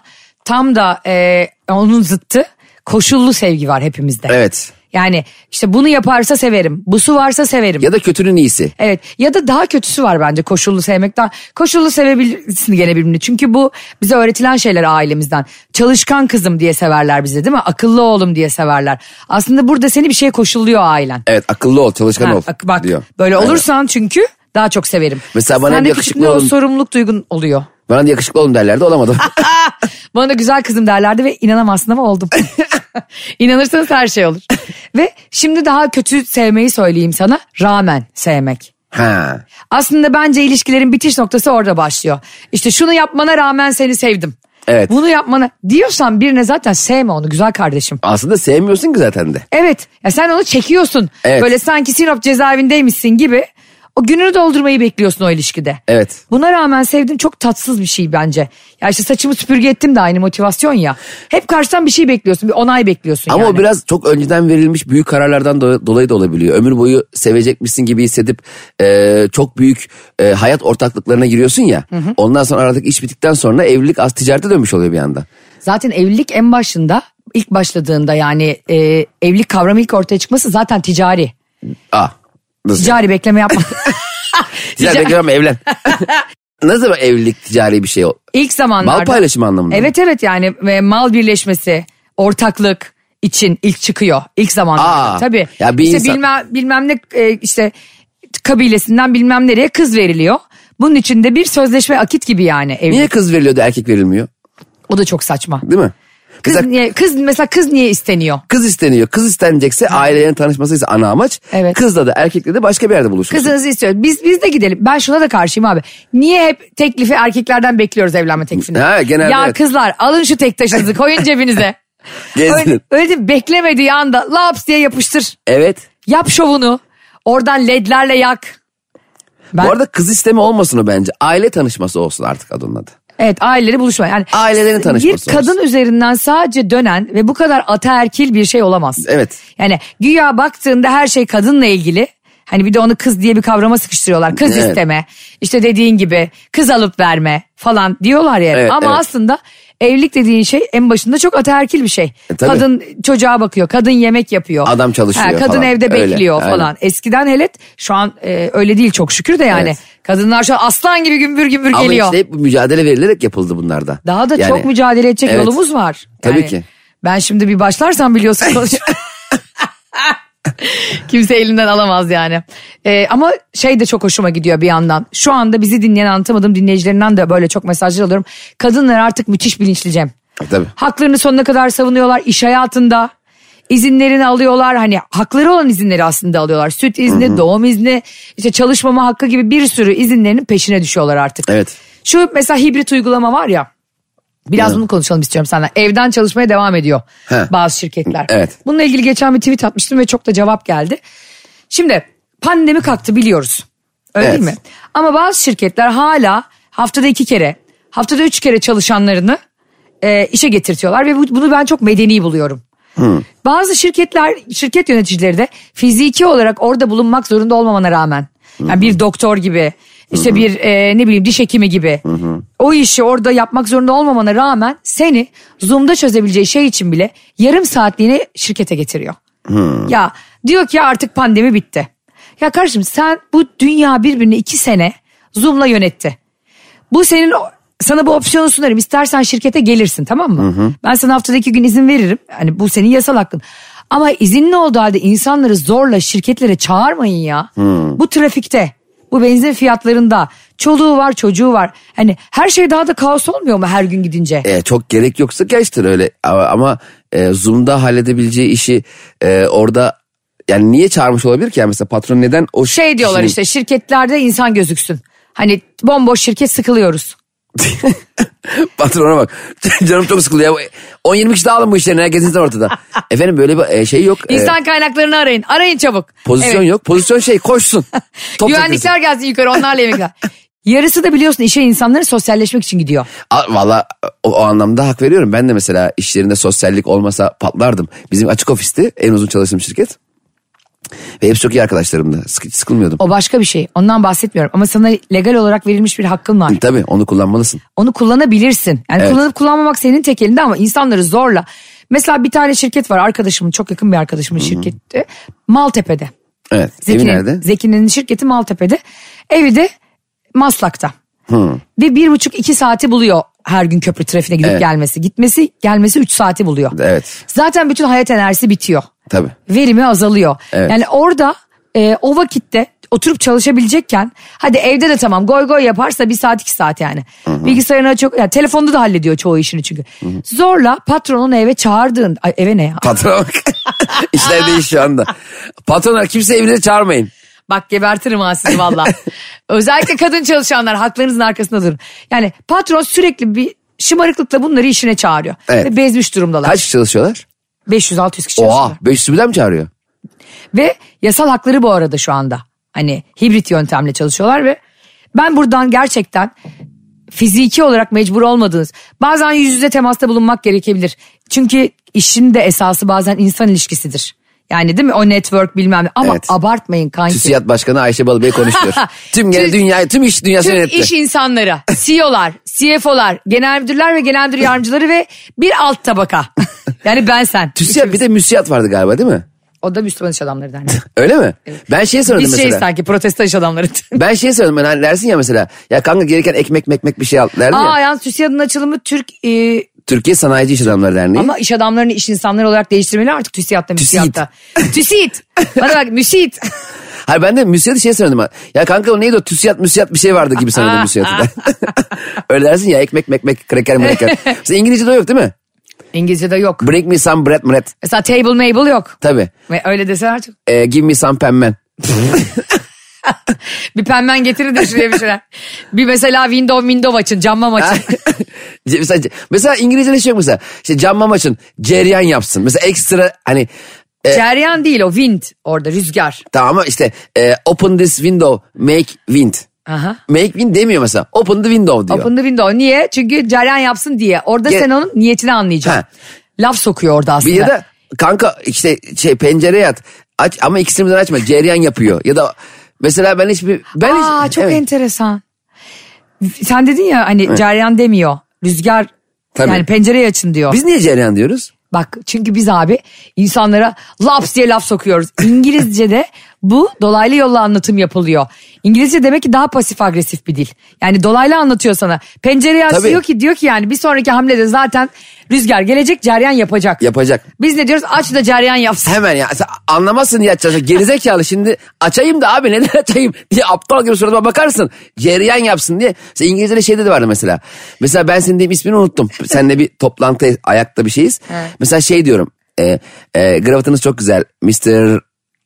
B: tam da e, onun zıttı koşullu sevgi var hepimizde.
C: Evet.
B: Yani işte bunu yaparsa severim, busu varsa severim.
C: Ya da kötünün iyisi.
B: Evet ya da daha kötüsü var bence koşullu sevmekten. Koşullu sevebilirsin gene birbirini. Çünkü bu bize öğretilen şeyler ailemizden. Çalışkan kızım diye severler bizi değil mi? Akıllı oğlum diye severler. Aslında burada seni bir şeye koşulluyor ailen.
C: Evet akıllı ol çalışkan
B: Ha,
C: ol
B: bak- bak
C: diyor.
B: böyle
C: Aynen.
B: olursan çünkü daha çok severim.
C: Mesela bana
B: Sen de
C: yakışıklı
B: küçüklüğünde o
C: olun-
B: sorumluluk duygun oluyor.
C: Bana da yakışıklı olun derlerdi olamadım.
B: Bana da güzel kızım derlerdi ve inanamazsın ama oldum. İnanırsanız her şey olur. ve şimdi daha kötü sevmeyi söyleyeyim sana. Rağmen sevmek.
C: ha.
B: Aslında bence ilişkilerin bitiş noktası orada başlıyor. İşte şunu yapmana rağmen seni sevdim.
C: Evet.
B: Bunu yapmana diyorsan birine zaten sevme onu güzel kardeşim.
C: Aslında sevmiyorsun ki zaten de.
B: Evet ya sen onu çekiyorsun.
C: Evet.
B: Böyle sanki Sinop cezaevindeymişsin gibi. O gününü doldurmayı bekliyorsun o ilişkide.
C: Evet.
B: Buna rağmen sevdim çok tatsız bir şey bence. Ya işte saçımı süpürge ettim de aynı motivasyon ya. Hep karşıdan bir şey bekliyorsun bir onay bekliyorsun
C: Ama
B: yani.
C: o biraz çok önceden verilmiş büyük kararlardan do- dolayı da olabiliyor. Ömür boyu sevecekmişsin gibi hissedip e, çok büyük e, hayat ortaklıklarına giriyorsun ya. Ondan sonra artık iş bittikten sonra evlilik az ticarete dönmüş oluyor bir anda.
B: Zaten evlilik en başında ilk başladığında yani e, evlilik kavramı ilk ortaya çıkması zaten ticari.
C: Ah. Nasıl?
B: Ticari bekleme yapma.
C: Ticaret bekliyorum ama evlen. Nasıl bir evlilik ticari bir şey? o?
B: İlk zamanlarda.
C: Mal paylaşımı anlamında. mı?
B: Evet evet yani ve mal birleşmesi, ortaklık için ilk çıkıyor ilk zamanlarda.
C: Aa,
B: Tabii.
C: ya bir
B: işte
C: insan-
B: bilmem, bilmem ne e, işte kabilesinden bilmem nereye kız veriliyor. Bunun için de bir sözleşme akit gibi yani evlilik.
C: Niye kız veriliyordu erkek verilmiyor?
B: O da çok saçma.
C: Değil mi?
B: Kız
C: Mesela
B: niye kız mesela kız niye isteniyor?
C: kız isteniyor. Kız istenecekse ailelerin tanışmasıysa ana amaç.
B: Evet.
C: Kızla da erkekle de başka bir yerde buluşuyor.
B: Kızınızı istiyor. Biz biz de gidelim. Ben şuna da karşıyım abi. Niye hep teklifi erkeklerden bekliyoruz evlenme teklifini?
C: Ha, genelde
B: ya
C: evet.
B: kızlar alın şu tek taşınızı koyun cebinize. Öyle,
C: Gezin.
B: öyle değil mi? beklemediği anda laps diye yapıştır.
C: Evet.
B: Yap şovunu. Oradan ledlerle yak. Ben,
C: Bu arada kız isteme olmasın o bence. Aile tanışması olsun artık adının adı.
B: evet aileleri buluşma. Yani
C: Ailelerin tanışması
B: Bir kadın üzerinden sadece dönen ve bu kadar ataerkil bir şey olamaz.
C: Evet.
B: Yani güya baktığında her şey kadınla ilgili. Hani bir de onu kız diye bir kavrama sıkıştırıyorlar. Kız
C: Evet.
B: isteme, işte dediğin gibi kız alıp verme falan diyorlar yani.
C: Evet,
B: Ama
C: evet.
B: aslında evlilik dediğin şey en başında çok ataerkil bir şey.
C: E, tabii.
B: kadın çocuğa bakıyor, kadın yemek yapıyor.
C: Adam çalışıyor
B: kadın
C: falan.
B: evde
C: Öyle,
B: bekliyor
C: aynen.
B: falan. Eskiden hele şu an e, öyle değil çok şükür de yani.
C: Evet.
B: Kadınlar şu an aslan gibi gümbür gümbür
C: Ama
B: geliyor.
C: işte hep bu mücadele verilerek yapıldı bunlarda.
B: Daha da çok mücadele edecek
C: Evet.
B: yolumuz var.
C: Tabii ki.
B: Ben şimdi bir başlarsam biliyorsun konuş- Kimse elimden alamaz yani. Ee, ama şey de çok hoşuma gidiyor bir yandan. Şu anda bizi dinleyen anlatamadığım dinleyicilerinden de böyle çok mesajlar alıyorum. Kadınlar artık müthiş bilinçli Cem.
C: E, Tabii.
B: Haklarını sonuna kadar savunuyorlar iş hayatında. izinlerini alıyorlar hani hakları olan izinleri aslında alıyorlar. Süt izni, doğum izni, işte çalışmama hakkı gibi bir sürü izinlerinin peşine düşüyorlar artık.
C: Evet.
B: Şu mesela hibrit uygulama var ya. Biraz bunu konuşalım istiyorum senden. Evden çalışmaya devam ediyor
C: He.
B: bazı şirketler.
C: Evet.
B: Bununla ilgili geçen bir tweet atmıştım ve çok da cevap geldi. Şimdi pandemi kalktı biliyoruz. Öyle
C: Evet.
B: değil mi? Ama bazı şirketler hala haftada iki kere, haftada üç kere çalışanlarını e, işe getirtiyorlar ve bu- bunu ben çok medeni buluyorum. Bazı şirketler, şirket yöneticileri de fiziki olarak orada bulunmak zorunda olmamana rağmen. Yani bir doktor gibi, işte bir e, ne bileyim diş hekimi gibi. O işi orada yapmak zorunda olmamana rağmen seni Zoom'da çözebileceği şey için bile yarım saatliğine şirkete getiriyor. Ya diyor ki ya artık pandemi bitti. Ya kardeşim sen bu dünya birbirini iki sene Zoom'la yönetti. Bu senin sana bu opsiyonu sunarım. İstersen şirkete gelirsin tamam mı? Ben sana haftada iki gün izin veririm. Hani bu senin yasal hakkın. Ama izinli olduğu halde insanları zorla şirketlere çağırmayın ya. Bu trafikte, bu benzin fiyatlarında çoluğu var çocuğu var. Hani her şey daha da kaos olmuyor mu her gün gidince?
C: E, çok gerek yoksa geçtir öyle. Ama, ama, e, Zoom'da halledebileceği işi e, orada Yani niye çağırmış olabilir ki? Yani mesela patron neden o
B: Şey diyorlar
C: kişinin-
B: işte şirketlerde insan gözüksün. Hani bomboş şirket sıkılıyoruz.
C: Patrona bak. Canım çok sıkılıyor. ya. 10-20 kişi daha alın bu işlerini. Herkes insan ortada. Efendim böyle bir e, şey yok. E,
B: İnsan kaynaklarını arayın. Arayın çabuk.
C: pozisyon
B: Evet.
C: yok. Pozisyon şey koşsun. Top
B: Güvenlikler
C: Güvenlikler.
B: gelsin yukarı onlarla yemekler. Yarısı da biliyorsun işe insanları sosyalleşmek için gidiyor.
C: Valla o, o anlamda hak veriyorum. Ben de mesela işlerinde sosyallik olmasa patlardım. Bizim açık ofisti en uzun çalıştığım şirket. Ve hepsi çok iyi arkadaşlarımdı. Sıkı, sıkılmıyordum.
B: O başka bir şey. Ondan bahsetmiyorum. Ama sana legal olarak verilmiş bir hakkın var.
C: Tabii onu kullanmalısın.
B: Onu kullanabilirsin. Yani
C: Evet.
B: kullanıp kullanmamak senin tek elinde ama insanları zorla. Mesela bir tane şirket var arkadaşımın çok yakın bir arkadaşımın şirketi. Maltepe'de.
C: Evet. Evi nerede?
B: Zeki'nin şirketi Maltepe'de. Evi de Maslak'ta. Ve bir buçuk iki saati buluyor her gün köprü trafiğine gidip
C: Evet.
B: gelmesi. Gitmesi gelmesi üç saati buluyor.
C: Evet.
B: Zaten bütün hayat enerjisi bitiyor.
C: Tabii.
B: Verimi azalıyor.
C: Evet.
B: Yani orada e, o vakitte oturup çalışabilecekken hadi evde de tamam goy goy yaparsa bir saat iki saat yani. Bilgisayarına çok yani telefonda da hallediyor çoğu işini çünkü. Zorla patronun eve çağırdığın ay, eve ne ya?
C: Patrona bak. İşler değil şu anda. Patronlar kimse evine çağırmayın.
B: Bak gebertirim ha sizi valla. Özellikle kadın çalışanlar haklarınızın arkasında durun. Yani patron sürekli bir şımarıklıkla bunları işine çağırıyor.
C: Evet.
B: Ve bezmiş durumdalar.
C: Kaç kişi çalışıyorlar?
B: 500-600 kişi çalışıyor.
C: Oha 500 birden mi çağırıyor?
B: Ve yasal hakları bu arada şu anda. Hani hibrit yöntemle çalışıyorlar ve ben buradan gerçekten fiziki olarak mecbur olmadığınız bazen yüz yüze temasta bulunmak gerekebilir. Çünkü işin de esası bazen insan ilişkisidir. Yani değil mi o network bilmem ne ama
C: Evet.
B: abartmayın kanki.
C: TÜSİAD Başkanı Ayşe Balıbey konuşuyor. tüm gene
B: Tüm-
C: dünya, tüm iş dünyası
B: Tüm
C: yönetti.
B: iş insanları, E CEO'lar, CFO'lar, genel müdürler ve genel müdür yardımcıları ve bir alt tabaka. Yani ben sen.
C: TÜSİAD bir de müsiyat vardı galiba değil mi?
B: O da Müslüman iş adamları derneği.
C: Öyle mi? Ben şey sordum
B: Biz şeyiz
C: mesela.
B: sanki protesto iş adamları.
C: ben şey sordum ben hani dersin ya mesela. Ya kanka gereken ekmek mekmek bir şey al derdi ya.
B: Aa yalnız TÜSİAD'ın açılımı Türk e,
C: Türkiye Sanayici İş Adamları Derneği.
B: ama iş adamlarını iş insanları olarak değiştirmeli artık TÜSİAD'da
C: TÜSİAD.
B: müsiyatta. TÜSİAD. Bana bak müsit.
C: Hayır ben de müsiyatı şey sordum. Ya kanka o neydi o TÜSİAD müsiyat bir şey vardı gibi sanıyordum müsiyatı da. Öyle dersin ya ekmek mekmek kreker mreker. mesela İngilizce'de o yok değil mi?
B: İngilizce'de yok.
C: Bring me some bread bread.
B: Mesela table mable yok.
C: Tabii.
B: Ve öyle desen artık.
C: Ee, give me some penmen.
B: Bir pemben getirin de şuraya bir şeyler. bir mesela window window açın camma açın.
C: mesela, mesela İngilizce'de şey yok mesela. İşte camma maçın ceryan yapsın. Mesela ekstra hani
B: Ceryan değil o wind orada rüzgar.
C: Tamam ama işte e, open this window make wind.
B: Aha.
C: Make wind demiyor mesela. Open the window diyor.
B: Open the window. Niye? Çünkü ceryan yapsın diye. Orada
C: Ge-
B: sen onun niyetini anlayacaksın.
C: Ha.
B: Laf sokuyor orada aslında.
C: Bir ya da kanka işte şey pencereye at. Aç ama ikisini birden açma. Ceryan yapıyor. Ya da mesela ben hiçbir ben hiç-
B: Aa çok
C: evet.
B: enteresan. Sen dedin ya hani ceryan demiyor. Rüzgar
C: Tabii.
B: yani pencereyi açın diyor.
C: Biz niye ceryan diyoruz?
B: Bak çünkü biz abi insanlara laps diye laf sokuyoruz. İngilizce'de bu dolaylı yolla anlatım yapılıyor. İngilizce demek ki daha pasif agresif bir dil. Yani dolaylı anlatıyor sana. Pencereyi
C: Tabii.
B: açıyor ki diyor ki yani bir sonraki hamlede zaten rüzgar gelecek ceryan yapacak.
C: Yapacak.
B: Biz ne diyoruz aç da ceryan yapsın.
C: Hemen ya sen anlamazsın ya çalışacak. Gerizekalı şimdi açayım da abi neden açayım diye aptal gibi suratıma bakarsın. Ceryan yapsın diye. Mesela İngilizce'de şey dedi vardı mesela. Mesela ben senin deyim ismini unuttum. Seninle bir toplantı ayakta bir şeyiz. Mesela şey diyorum. E, e, gravatınız çok güzel Mr.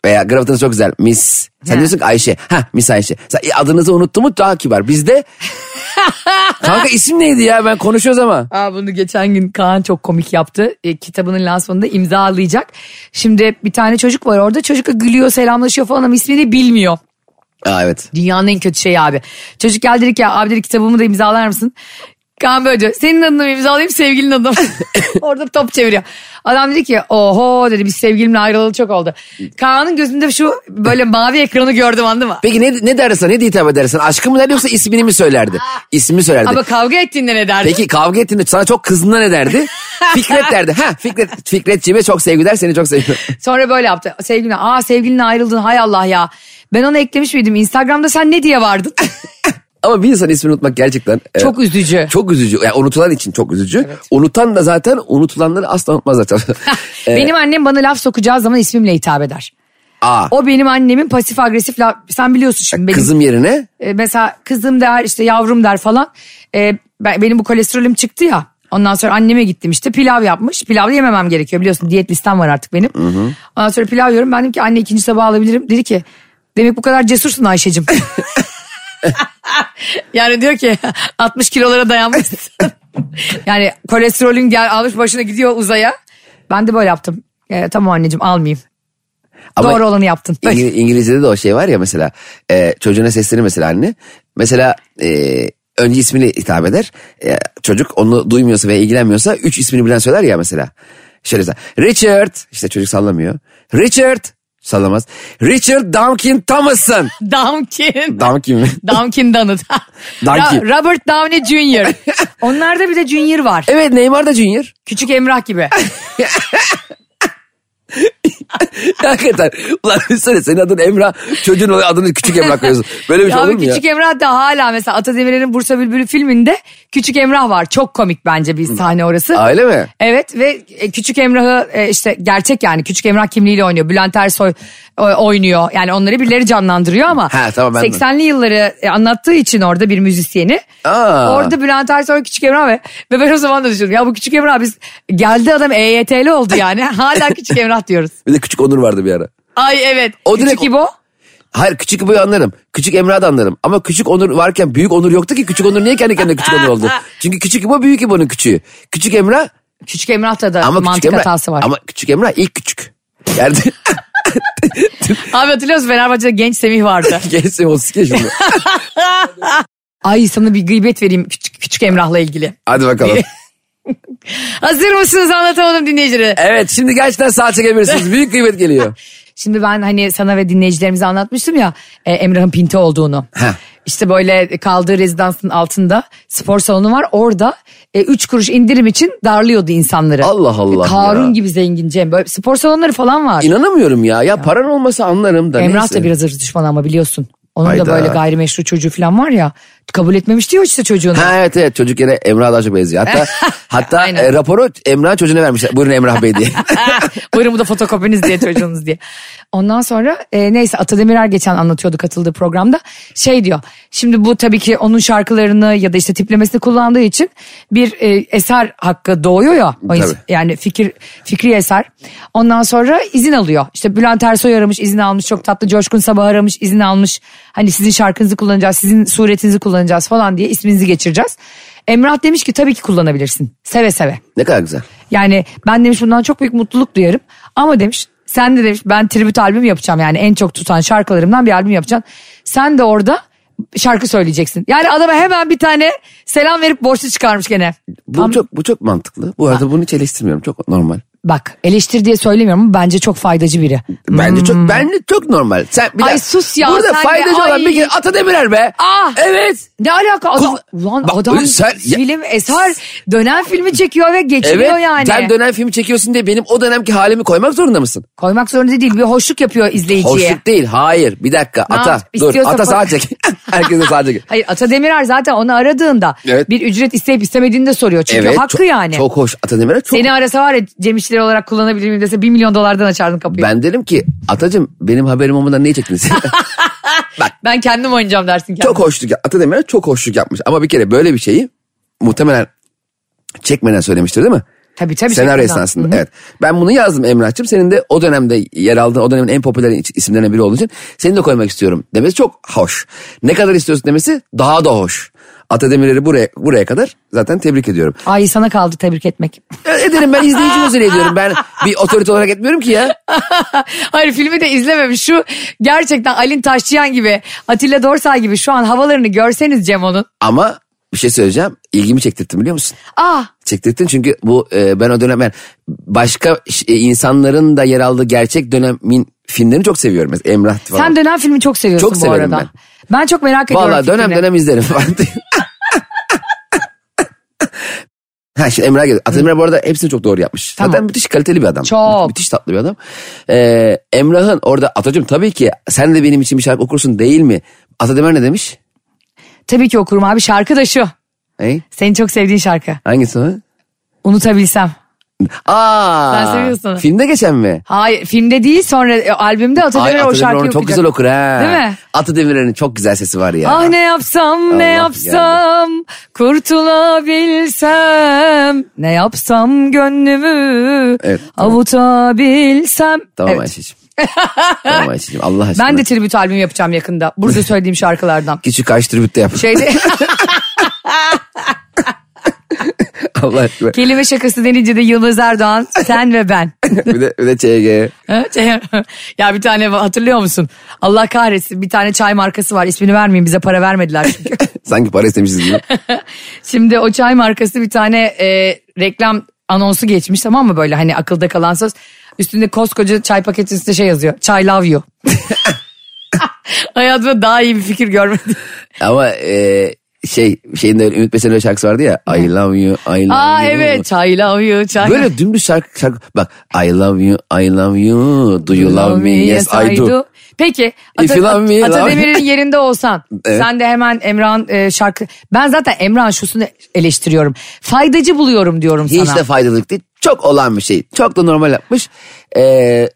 C: veya gravatınız çok güzel Miss. Sen
B: He.
C: diyorsun ki Ayşe. Ha Miss Ayşe. Sen, e, adınızı unuttum mu daha kibar. Bizde kanka isim neydi ya ben konuşuyoruz ama.
B: Aa, bunu geçen gün Kaan çok komik yaptı. E, kitabının lansmanında imzalayacak. Şimdi bir tane çocuk var orada. Çocukla gülüyor selamlaşıyor falan ama ismini bilmiyor.
C: Aa, evet.
B: Dünyanın en kötü şeyi abi. Çocuk geldi dedi ki abi dedi kitabımı da imzalar mısın? Kaan böyle diyor, senin adını mı imzalayayım sevgilinin adını mı?" Orada top çeviriyor. Adam dedi ki oho dedi biz sevgilimle ayrılalı çok oldu. Kaan'ın gözünde şu böyle mavi ekranı gördüm anladın mı?
C: Peki ne, ne dersen ne diye hitap edersen aşkı mı der yoksa ismini mi söylerdi? İsmini söylerdi.
B: Ama kavga ettiğinde ne derdin?
C: Peki kavga ettiğinde sana çok kızdığında ne derdi? Fikret derdi. Ha Fikret Fikretciğime çok sevgiler seni çok seviyorum.
B: Sonra böyle yaptı. Sevgiline aa sevgilinle ayrıldın hay Allah ya. Ben ona eklemiş miydim? Instagram'da sen ne diye vardın?
C: Ama bir insanın ismini unutmak gerçekten e,
B: Çok üzücü.
C: çok üzücü. Yani unutulan için çok üzücü. Unutan da zaten unutulanları asla unutmazlar. E,
B: Benim annem bana laf sokacağı zaman ismimle hitap eder.
C: Aa,
B: O benim annemin pasif agresif laf. Sen biliyorsun şimdi benim
C: kızım yerine
B: E, mesela kızım der işte yavrum der falan. E, ben, benim bu kolesterolüm çıktı ya. Ondan sonra anneme gittim işte pilav yapmış. Pilav da yememem gerekiyor biliyorsun diyet listem var artık benim. Ondan sonra pilav yiyorum. Ben dedim ki anne ikinci sabah alabilirim. Dedi ki demek bu kadar cesursun Ayşe'cim. yani diyor ki 60 kilolara dayanmışsın. yani kolesterolün gel almış başına gidiyor uzaya. Ben de böyle yaptım. E, tamam anneciğim almayayım.
C: Ama
B: Doğru olanı yaptın.
C: İngi- İngilizce'de de o şey var ya mesela e, çocuğuna seslenir mesela anne. Mesela e, önce ismini hitap eder. E, çocuk onu duymuyorsa veya ilgilenmiyorsa üç ismini bilen söyler ya mesela. Şöyle mesela Richard işte çocuk sallamıyor. Richard sallamaz. Richard Duncan Thomason.
B: Damkin.
C: Duncan mi?
B: Damkin Donut.
C: Dunkin.
B: Ra- Robert Downey Jr. Onlarda bir de Junior var.
C: evet Neymar da Junior.
B: Küçük Emrah gibi.
C: Hakikaten. Ulan düşünsene senin adın Emrah. Çocuğun adını küçük Emrah koyuyorsun. Böyle bir şey
B: Ya
C: olur
B: abi
C: mu ya?
B: Küçük Emrah da hala mesela Atademir'in Bursa Bülbülü filminde Küçük Emrah var. Çok komik bence bir sahne orası.
C: Aile mi?
B: Evet ve e, Küçük Emrah'ı e, işte gerçek yani Küçük Emrah kimliğiyle oynuyor. Bülent Ersoy e, oynuyor. Yani onları birileri canlandırıyor ama
C: Ha, tamam, ben de-
B: 80'li yılları e, anlattığı için orada bir müzisyeni.
C: Aa.
B: Orada Bülent Ersoy Küçük Emrah ve, ve ben o zaman da düşündüm. Ya bu Küçük Emrah biz geldi adam EYT'li oldu yani. Hala Küçük Emrah diyoruz.
C: Bir de küçük Onur vardı bir ara.
B: Ay evet.
C: O
B: küçük
C: direkt-
B: İbo.
C: Hayır küçük boyu anlarım. Küçük Emrah da anlarım. Ama küçük Onur varken büyük Onur yoktu ki. Küçük Onur niye kendi kendine küçük Onur oldu? Çünkü küçük İbo büyük İbo'nun küçüğü. Küçük Emrah
B: Küçük Emrah'ta da
C: ama
B: mantık
C: küçük Emrah.
B: hatası var.
C: Ama küçük Emrah ilk küçük. Yani
B: Abi hatırlıyor musun Fenerbahçe'de genç Semih vardı.
C: gençse 32 yaşında.
B: Ay sana bir gıybet vereyim küçük, küçük Emrah'la ilgili.
C: Hadi bakalım.
B: Hazır mısınız anlatamadım dinleyicilere.
C: Evet şimdi gerçekten sağ çekebilirsiniz. Büyük kıymet geliyor.
B: Şimdi ben hani sana ve dinleyicilerimize anlatmıştım ya e, Emrah'ın pinti olduğunu.
C: Heh.
B: İşte böyle kaldığı rezidansın altında spor salonu var. Orada 3 kuruş indirim için darlıyordu insanları.
C: Allah Allah
B: Karun
C: ya.
B: gibi zengin Cem. Böyle spor salonları falan var.
C: İnanamıyorum ya. Ya paran olmasa anlarım da.
B: Emrah
C: neyse.
B: da biraz hırs düşmanı ama biliyorsun. Onun
C: Hayda.
B: da böyle gayrimeşru çocuğu falan var ya. Kabul etmemiş diyor işte çocuğunu.
C: Ha evet evet çocuk yine Emrah daha çok benziyor. Hatta hatta
B: Aynen.
C: e, raporu Emrah çocuğuna vermişler. Buyurun Emrah Bey diye.
B: Buyurun bu da fotokopiniz diye çocuğunuz diye. Ondan sonra e, neyse Atademirer geçen anlatıyordu katıldığı programda. Şey diyor şimdi bu tabii ki onun şarkılarını ya da işte tiplemesini kullandığı için bir e, eser hakkı doğuyor ya. O
C: Tabii.
B: ins- yani fikir fikri eser. Ondan sonra izin alıyor. İşte Bülent Ersoy aramış izin almış çok tatlı Coşkun Sabah aramış izin almış. Hani sizin şarkınızı kullanacağız sizin suretinizi kullanacağız falan diye isminizi geçireceğiz. Emrah demiş ki tabii ki kullanabilirsin seve seve.
C: ne kadar güzel.
B: Yani ben demiş bundan çok büyük mutluluk duyarım. Ama demiş sen de demiş ben tribüt albüm yapacağım yani en çok tutan şarkılarımdan bir albüm yapacağım. Sen de orada şarkı söyleyeceksin. Yani adama hemen bir tane selam verip borçlu çıkarmış gene.
C: Bu
B: Ama
C: çok bu çok mantıklı. Bu arada bunu hiç eleştirmiyorum. Çok normal.
B: Bak eleştir diye söylemiyorum ama bence çok faydacı biri.
C: Bence çok bence çok normal. Sen bir
B: Hmm. Ay
C: dakika,
B: sus ya,
C: Burada
B: sen de,
C: faydacı olan
B: ay.
C: bir kere Atademirer be.
B: Ah!
C: Evet.
B: Ne alaka adam?
C: Kul-
B: Ulan
C: Bak,
B: adam
C: sen- ya-
B: film eser dönen filmi çekiyor ve geçiriyor
C: Evet.
B: yani.
C: Sen dönem filmi çekiyorsun diye benim o dönemki halimi koymak zorunda mısın?
B: Koymak zorunda değil bir hoşluk yapıyor izleyiciye.
C: Hoşluk değil. Hayır. Bir dakika.
B: Ne
C: ata.
B: yap-
C: Dur.
B: İstiyorsa
C: Ata sağa
B: bak-
C: çek. Herkese sağa çek.
B: Hayır Ata Demirer zaten onu aradığında
C: Evet.
B: bir ücret isteyip istemediğini de soruyor. Çünkü
C: Evet.
B: hakkı
C: çok,
B: yani.
C: Çok hoş. Atademirer çok
B: Seni arasa var ya Cem İşçileri olarak kullanabilir miyim dese 1 milyon dolardan açardın kapıyı. Ben,
C: Ben derim ki Atacım benim haberim olmadan neyi çektiniz?
B: kendim oynayacağım dersin kendin.
C: çok hoşluk. Atademirer çok hoşluk yapmış. Ama bir kere böyle bir şeyi muhtemelen çekmeden söylemiştir değil mi?
B: Tabii tabii.
C: Senaryo
B: şakadan.
C: esnasında
B: Hı hı.
C: evet. Ben bunu yazdım Emrah'cığım. Senin de o dönemde yer aldığın o dönemin en popüler iç- isimlerinden biri olduğu için seni de koymak istiyorum demesi çok hoş. Ne kadar istiyorsun demesi daha da hoş. Atademirleri buraya buraya kadar zaten tebrik ediyorum.
B: Ay sana kaldı tebrik etmek.
C: E- Ederim ben izleyici özel ediyorum. Ben bir otorite olarak etmiyorum ki ya.
B: Hayır filmi de izlememiş. Şu gerçekten Alin Taşçıyan gibi Atilla Dorsay gibi şu an havalarını görseniz Cem onun.
C: Ama bir şey söyleyeceğim. İlgimi çektirttin biliyor musun?
B: Ah
C: Çektirttin çünkü bu e, ben o dönem ben başka ş- e, insanların da yer aldığı gerçek dönemin filmlerini çok seviyorum. Mesela Emrah falan.
B: sen dönem filmi çok seviyorsun
C: Çok
B: bu
C: severim
B: arada.
C: ben.
B: Ben çok merak ediyorum.
C: Valla dönem
B: fikrini.
C: dönem izlerim. ha şimdi Emrah geldi. Atatürk Emrah bu arada hepsini çok doğru yapmış.
B: Tamam.
C: Zaten müthiş kaliteli bir adam.
B: Çok.
C: Müthiş tatlı bir adam. Ee, Emrah'ın orada Atacığım tabii ki sen de benim için bir şarkı okursun değil mi? Atatürk ne demiş?
B: Tabii ki okurum abi şarkı da şu.
C: Hey,
B: Senin çok sevdiğin şarkı.
C: hangisi o?
B: Unutabilsem.
C: Aa,
B: Sen seviyorsun onu.
C: Filmde geçen mi?
B: Hayır filmde değil sonra e, albümde Atademir o
C: Ay, Atademir
B: şarkıyı
C: onu çok
B: okuyacak.
C: güzel okur ha.
B: Değil mi?
C: Atademir'in çok güzel sesi var ya.
B: Ah ne yapsam ne
C: Allah
B: yapsam kurtulabilsem ne yapsam gönlümü
C: Evet, tamam.
B: avutabilsem.
C: Tamam
B: Evet.
C: Ayşe'cim. tamam Ayşe'cim Allah aşkına.
B: Ben de tribüt albüm yapacağım yakında. Burada söylediğim şarkılardan.
C: Küçük kaç tribütte yap.
B: Şeyde
C: Allah aşkına.
B: kelime şakası denince de Yılmaz Erdoğan sen ve ben.
C: bir de, bir de ÇG.
B: Evet. ya bir tane hatırlıyor musun? Allah kahretsin bir tane çay markası var ismini vermeyeyim bize para vermediler çünkü.
C: Sanki para istemişiz gibi.
B: Şimdi o çay markası bir tane e, reklam anonsu geçmiş tamam mı böyle hani akılda kalan söz. Üstünde koskoca çay paketin üstünde şey yazıyor. Çay love you. Hayatımda daha iyi bir fikir görmedim.
C: Ama e, şey şeyin de öyle, Ümit Besen'in öyle şarkısı vardı ya. I love you, I love
B: Aa
C: you.
B: evet çay love you. Çay
C: Böyle dümdüz şarkı, şarkı. Bak I love you, I love you. Do you love me? Yes I do.
B: Peki
C: If
B: Ata-
C: you love me, love
B: Atademir'in yerinde olsan
C: Evet.
B: sen de hemen Emrah'ın e, şarkı... Ben zaten Emrah'ın şusunu eleştiriyorum. Faydacı buluyorum diyorum sana.
C: Hiç de faydalı değil. Çok olan bir şey. Çok da normal yapmış. Ee,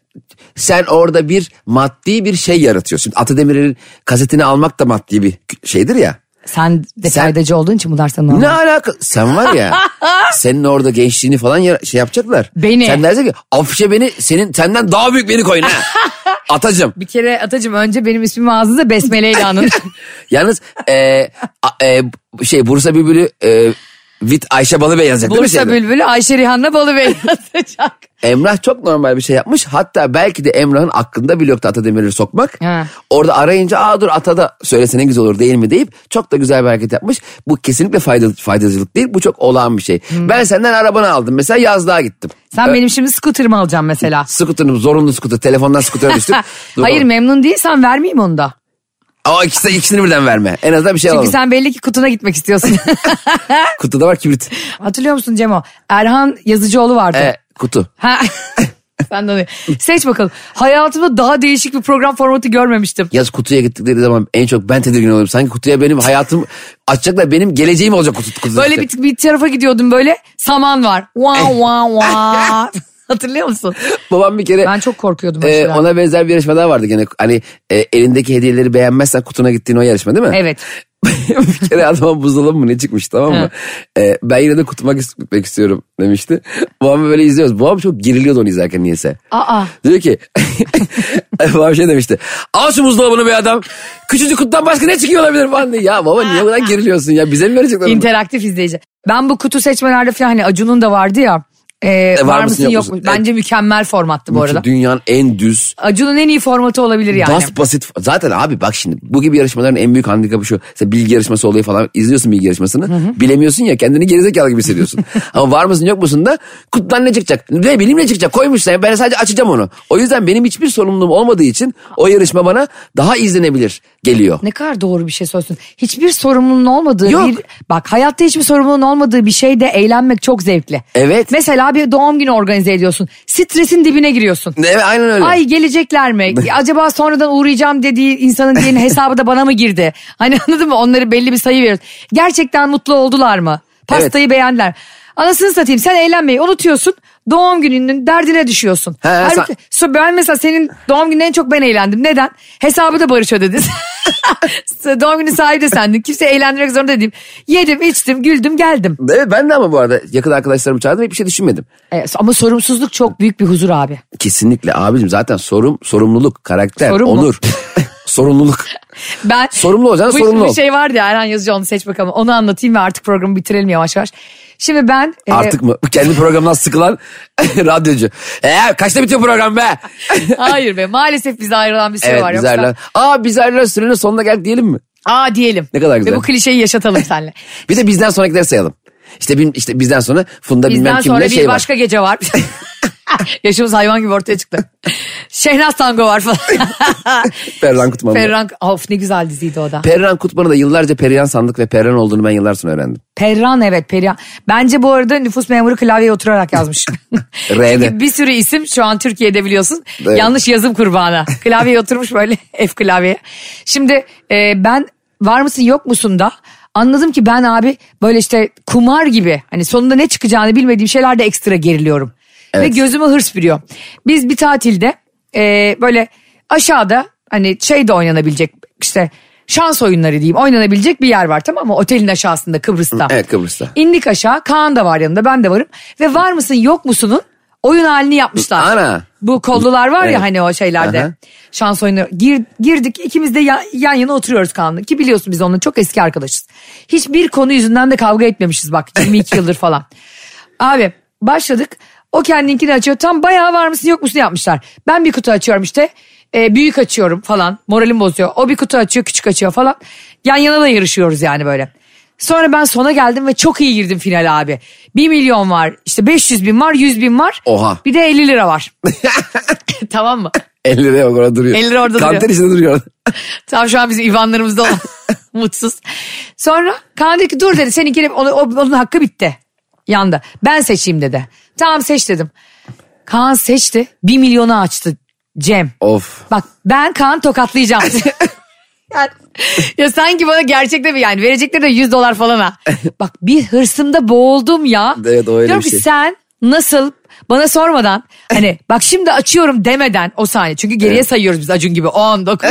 C: sen orada bir maddi bir şey yaratıyorsun. Atademir'in kasetini almak da maddi bir şeydir ya.
B: Sen de
C: Sen-
B: faydacı olduğun için bunlar sana normal.
C: Ne alaka? Sen var ya. senin orada gençliğini falan yara- şey yapacaklar.
B: Beni.
C: Sen dersin ki afişe beni senin senden daha büyük beni koyun ha. Atacım.
B: Bir kere Atacığım önce benim ismimi ağzınıza besmeleyle anın.
C: Yalnız e, a- e, şey Bursa Bülbülü e, Vit Ayşe Balıbey yazacak değil mi?
B: Bursa
C: şeyde?
B: Bülbülü Ayşe Rihanna Balıbey atacak.
C: Emrah çok normal bir şey yapmış. Hatta belki de Emrah'ın aklında bile yoktu Atademir'i sokmak.
B: He.
C: Orada arayınca aa dur Ata da söylese ne güzel olur değil mi deyip çok da güzel bir hareket yapmış. Bu kesinlikle faydalı, faydacılık değil. Bu çok olağan bir şey.
B: Hmm.
C: Ben senden arabanı aldım. Mesela yazlığa gittim.
B: Sen benim şimdi scooter'ımı alacaksın mesela.
C: Skuterim zorunlu skuter. Telefondan skuter düştüm. Dur
B: Hayır
C: oğlum.
B: memnun değilsen vermeyeyim onu da.
C: Ama ikisi, ikisini birden verme. En azından bir şey
B: Çünkü
C: alalım.
B: sen belli ki kutuna gitmek istiyorsun.
C: Kutuda var kibrit.
B: Hatırlıyor musun Cemo? Erhan Yazıcıoğlu vardı.
C: E, kutu.
B: Ha. Sen de onu- Seç bakalım. Hayatımda daha değişik bir program formatı görmemiştim.
C: Yaz kutuya gittikleri zaman en çok ben tedirgin olurum. Sanki kutuya benim hayatım açacaklar. Benim geleceğim olacak kutu, kutuda.
B: Böyle bir, bir tarafa gidiyordum böyle saman var. Wa wa wa. Hatırlıyor musun?
C: Babam bir kere...
B: Ben çok korkuyordum.
C: Ee,
B: mesela.
C: ona benzer bir yarışma daha vardı gene. Hani e, elindeki hediyeleri beğenmezsen kutuna gittiğin o yarışma değil mi?
B: Evet.
C: bir kere adama buzdolabı mı ne çıkmış tamam mı? Ee, ben yine de kutuma gis- gitmek istiyorum demişti. Babamı böyle izliyoruz. Babam çok geriliyordu onu izlerken niyeyse.
B: Aa.
C: Diyor ki babam şey demişti. Al şu buzdolabını be adam. Küçücük kutudan başka ne çıkıyor olabilir falan diye. Ya baba niye bu kadar geriliyorsun ya? Bize mi verecekler? bunu?
B: İnteraktif izleyici. Ben bu kutu seçmelerde falan hani Acun'un da vardı ya. e, var, mısın yok musun?
C: Evet.
B: Bence mükemmel formattı bu
C: Çünkü
B: arada.
C: Dünyanın en düz
B: Acun'un en iyi formatı olabilir yani.
C: Bas basit. Zaten abi bak şimdi bu gibi yarışmaların en büyük handikapı şu. Mesela bilgi yarışması oluyor falan. izliyorsun bilgi yarışmasını. Bilemiyorsun ya kendini gerizekalı gibi hissediyorsun. Ama var mısın yok musun da kutudan ne çıkacak? Ne bileyim ne çıkacak? Koymuşlar. Ben sadece açacağım onu. O yüzden benim hiçbir sorumluluğum olmadığı için o yarışma bana daha izlenebilir geliyor.
B: Ne kadar doğru bir şey söylüyorsun. Hiçbir sorumluluğun olmadığı
C: Yok.
B: bir... Bak hayatta hiçbir sorumluluğun olmadığı bir şeyde eğlenmek çok zevkli.
C: Evet.
B: Mesela bir doğum günü organize ediyorsun. Stresin dibine giriyorsun.
C: Evet, aynen öyle.
B: Ay gelecekler mi? Acaba sonradan uğrayacağım dediği insanın diğerinin hesabı da bana mı girdi? Hani anladın mı? Onları belli bir sayı veriyoruz. Gerçekten mutlu oldular mı? Pastayı beğendiler. Anasını satayım sen eğlenmeyi unutuyorsun. Doğum gününün derdine düşüyorsun.
C: He,
B: Halbuki so- ben mesela senin doğum gününden en çok ben eğlendim. Neden? Hesabı da Barış ödedi. doğum günü sahibi de sendin. Kimse eğlendirmek zorunda değil. Yedim, içtim, güldüm, geldim.
C: Evet ben de ama bu arada yakın arkadaşlarımı çağırdım ve bir şey düşünmedim.
B: E, ama sorumsuzluk çok büyük bir huzur abi.
C: Kesinlikle abicim zaten sorum, sorumluluk, karakter,
B: Sorum mu?
C: onur, sorumluluk.
B: Ben
C: Sorumlu olacaksın,
B: bu,
C: sorumlu
B: bu
C: ol.
B: şey vardı ya Erhan Yazıcı onu seç bakalım. Onu anlatayım ve artık programı bitirelim yavaş yavaş. Şimdi ben e,
C: Artık mı? Kendi programından sıkılan radyocu. Ee, kaçta bitiyor program be?
B: hayır be maalesef bize ayrılan bir süre
C: evet
B: var.
C: biz
B: Yoksa-
C: ayrılan. Aa biz ayrılan sürenin sonuna geldik diyelim mi?
B: Aa diyelim.
C: Ne kadar güzel.
B: Ve bu klişeyi yaşatalım seninle.
C: Bir de bizden sonrakileri sayalım. İşte, bin, işte bizden sonra Funda
B: Bizden
C: bilmem kimle
B: sonra bir
C: şey var.
B: başka gece var. Yaşımız hayvan gibi ortaya çıktı. Şehnaz Tango var falan.
C: Perran Kutman. var.
B: Ferran, of ne güzel diziydi o da.
C: Perran Kutman'ı da yıllarca Perihan sandık ve Perran olduğunu ben yıllar sonra öğrendim.
B: Perran evet Perihan. Bence bu arada nüfus memuru klavyeye oturarak yazmış.
C: R'de.
B: Çünkü bir sürü isim şu an Türkiye'de biliyorsun.
C: Evet.
B: Yanlış yazım kurbanı. Klavyeye oturmuş böyle F klavyeye. Şimdi e, ben var mısın yok musun da Anladım ki ben abi böyle işte kumar gibi hani sonunda ne çıkacağını bilmediğim şeylerde ekstra geriliyorum. Ve gözüme hırs biriyor. Biz bir tatilde e, böyle aşağıda hani şey de oynanabilecek işte şans oyunları diyeyim oynanabilecek bir yer var tamam mı? Otelin aşağısında Kıbrıs'ta.
C: Evet, Kıbrıs'ta.
B: İndik aşağı Kaan da var yanımda ben de varım. Ve var mısın yok musunun oyun halini yapmışlar.
C: Ana.
B: Bu kollular var
C: Evet.
B: ya hani o şeylerde.
C: Aha.
B: Şans oyunu. Gir- girdik ikimiz de ya- yan yana oturuyoruz Kaan'la. Ki biliyorsun biz onunla çok eski arkadaşız. Hiçbir konu yüzünden de kavga etmemişiz bak 22 yıldır falan. Abi başladık. O kendinkini açıyor. Tam bayağı var mısın yok musun yapmışlar. Ben bir kutu açıyorum işte. E, büyük açıyorum falan. Moralim bozuyor. O bir kutu açıyor küçük açıyor falan. Yan yana da yarışıyoruz yani böyle. Sonra ben sona geldim ve çok iyi girdim final abi. 1 milyon var işte 500 bin var 100 bin var.
C: Oha.
B: Bir de 50 lira var. tamam mı?
C: 50 lira yok orada duruyor.
B: 50 lira orada duruyor.
C: Kanter içinde duruyor.
B: Tam şu an bizim İvanlarımızda olan mutsuz. Sonra Kaan dedi ki dur dedi seninkini onun, onun hakkı bitti. Yandı. Ben seçeyim dedi. Tamam seç dedim. Kaan seçti. Bir milyonu açtı Cem.
C: Of.
B: Bak ben Kaan tokatlayacağım. Yani- ya sanki bana gerçekte bir yani verecekleri de 100 dolar falan ha. Bak bir hırsımda boğuldum ya.
C: Evet, o öyle
B: Diyorum
C: bir
B: ki
C: şey.
B: sen nasıl bana sormadan hani bak şimdi açıyorum demeden o saniye. Çünkü geriye
C: Evet.
B: sayıyoruz biz Acun gibi 10, 9.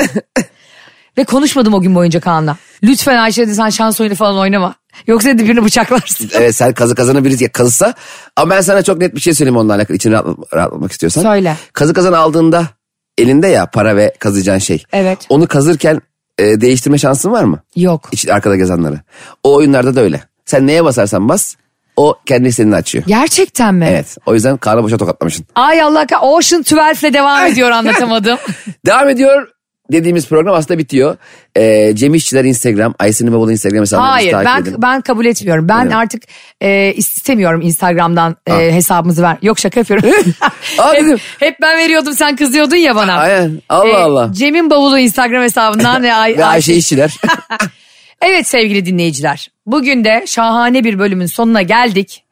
B: Ve konuşmadım o gün boyunca Kaan'la. Lütfen Ayşe dedi sen şans oyunu falan oynama. Yoksa dedi birini bıçaklarsın.
C: Evet sen kazı kazana birisi kazısa. Ama ben sana çok net bir şey söyleyeyim onunla alakalı. İçini rahatlat- rahatlatmak istiyorsan.
B: Söyle.
C: Kazı kazan aldığında elinde ya para ve kazıyacağın şey.
B: Evet.
C: Onu kazırken e, değiştirme şansın var mı?
B: Yok.
C: İç, arkada gezenleri. O oyunlarda da öyle. Sen neye basarsan bas o kendi istediğini açıyor.
B: Gerçekten mi?
C: Evet. O yüzden karnı boşa tokatlamışsın.
B: Ay Allah ka- Ocean 12'le devam ediyor anlatamadım.
C: Devam ediyor dediğimiz program aslında bitiyor. E, Cem İşçiler Instagram, Aysin İmamoğlu Instagram hesabını
B: Hayır
C: takip
B: ben
C: edin.
B: ben kabul etmiyorum. Ben
C: Evet.
B: artık e, istemiyorum Instagram'dan e, hesabımızı ver. Yok şaka yapıyorum.
C: Aa,
B: hep,
C: dedim.
B: hep ben veriyordum sen kızıyordun ya bana.
C: Aynen. Allah
B: E,
C: Allah.
B: Cem'in bavulu Instagram hesabından ve, Ay-
C: Ve Ayşe
B: Ayşe-
C: İşçiler.
B: Evet sevgili dinleyiciler. Bugün de şahane bir bölümün sonuna geldik.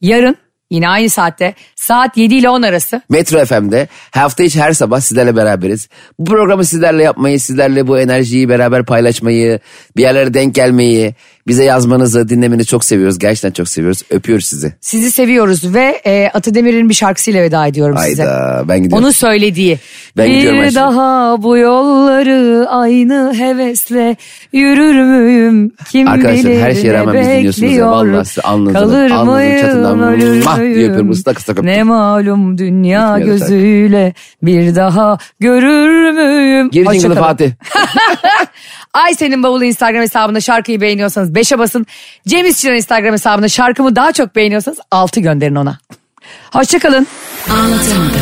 B: Yarın yine aynı saatte saat 7 ile 10 arası
C: Metro FM'de hafta içi her sabah sizlerle beraberiz. Bu programı sizlerle yapmayı, sizlerle bu enerjiyi beraber paylaşmayı, bir yerlere denk gelmeyi, bize yazmanızı, dinlemenizi çok seviyoruz. Gerçekten çok seviyoruz. Öpüyoruz sizi.
B: sizi seviyoruz ve e, Atademir'in bir şarkısıyla veda ediyorum size.
C: Hayda ben gidiyorum.
B: Onu söylediği.
C: Ben gidiyorum
B: bir
C: Ayşe.
B: daha bu yolları aynı hevesle yürür müyüm? Kim
C: Arkadaşlar
B: bilir
C: her şeye
B: ne
C: rağmen bizi dinliyorsunuz ya.
B: bekliyor?
C: Vallahi size alnınızdan
B: Kalır
C: öp- alnınızın
B: mıyım,
C: çatından
B: ölür
C: mah diye
B: müyüm?
C: öpüyorum, ıslak ıslak öptüm.
B: Ne malum dünya
C: Bitmiyor şarkı.
B: gözüyle bir daha görür müyüm?
C: Gir
B: Hoşça
C: jingle'ı
B: kalın.
C: Fatih.
B: Ay senin bavulu Instagram hesabında şarkıyı beğeniyorsanız 5'e basın. Cem İşçiler Instagram hesabında şarkımı daha çok beğeniyorsanız 6 gönderin ona. Hoşçakalın.
D: Anlatamadım.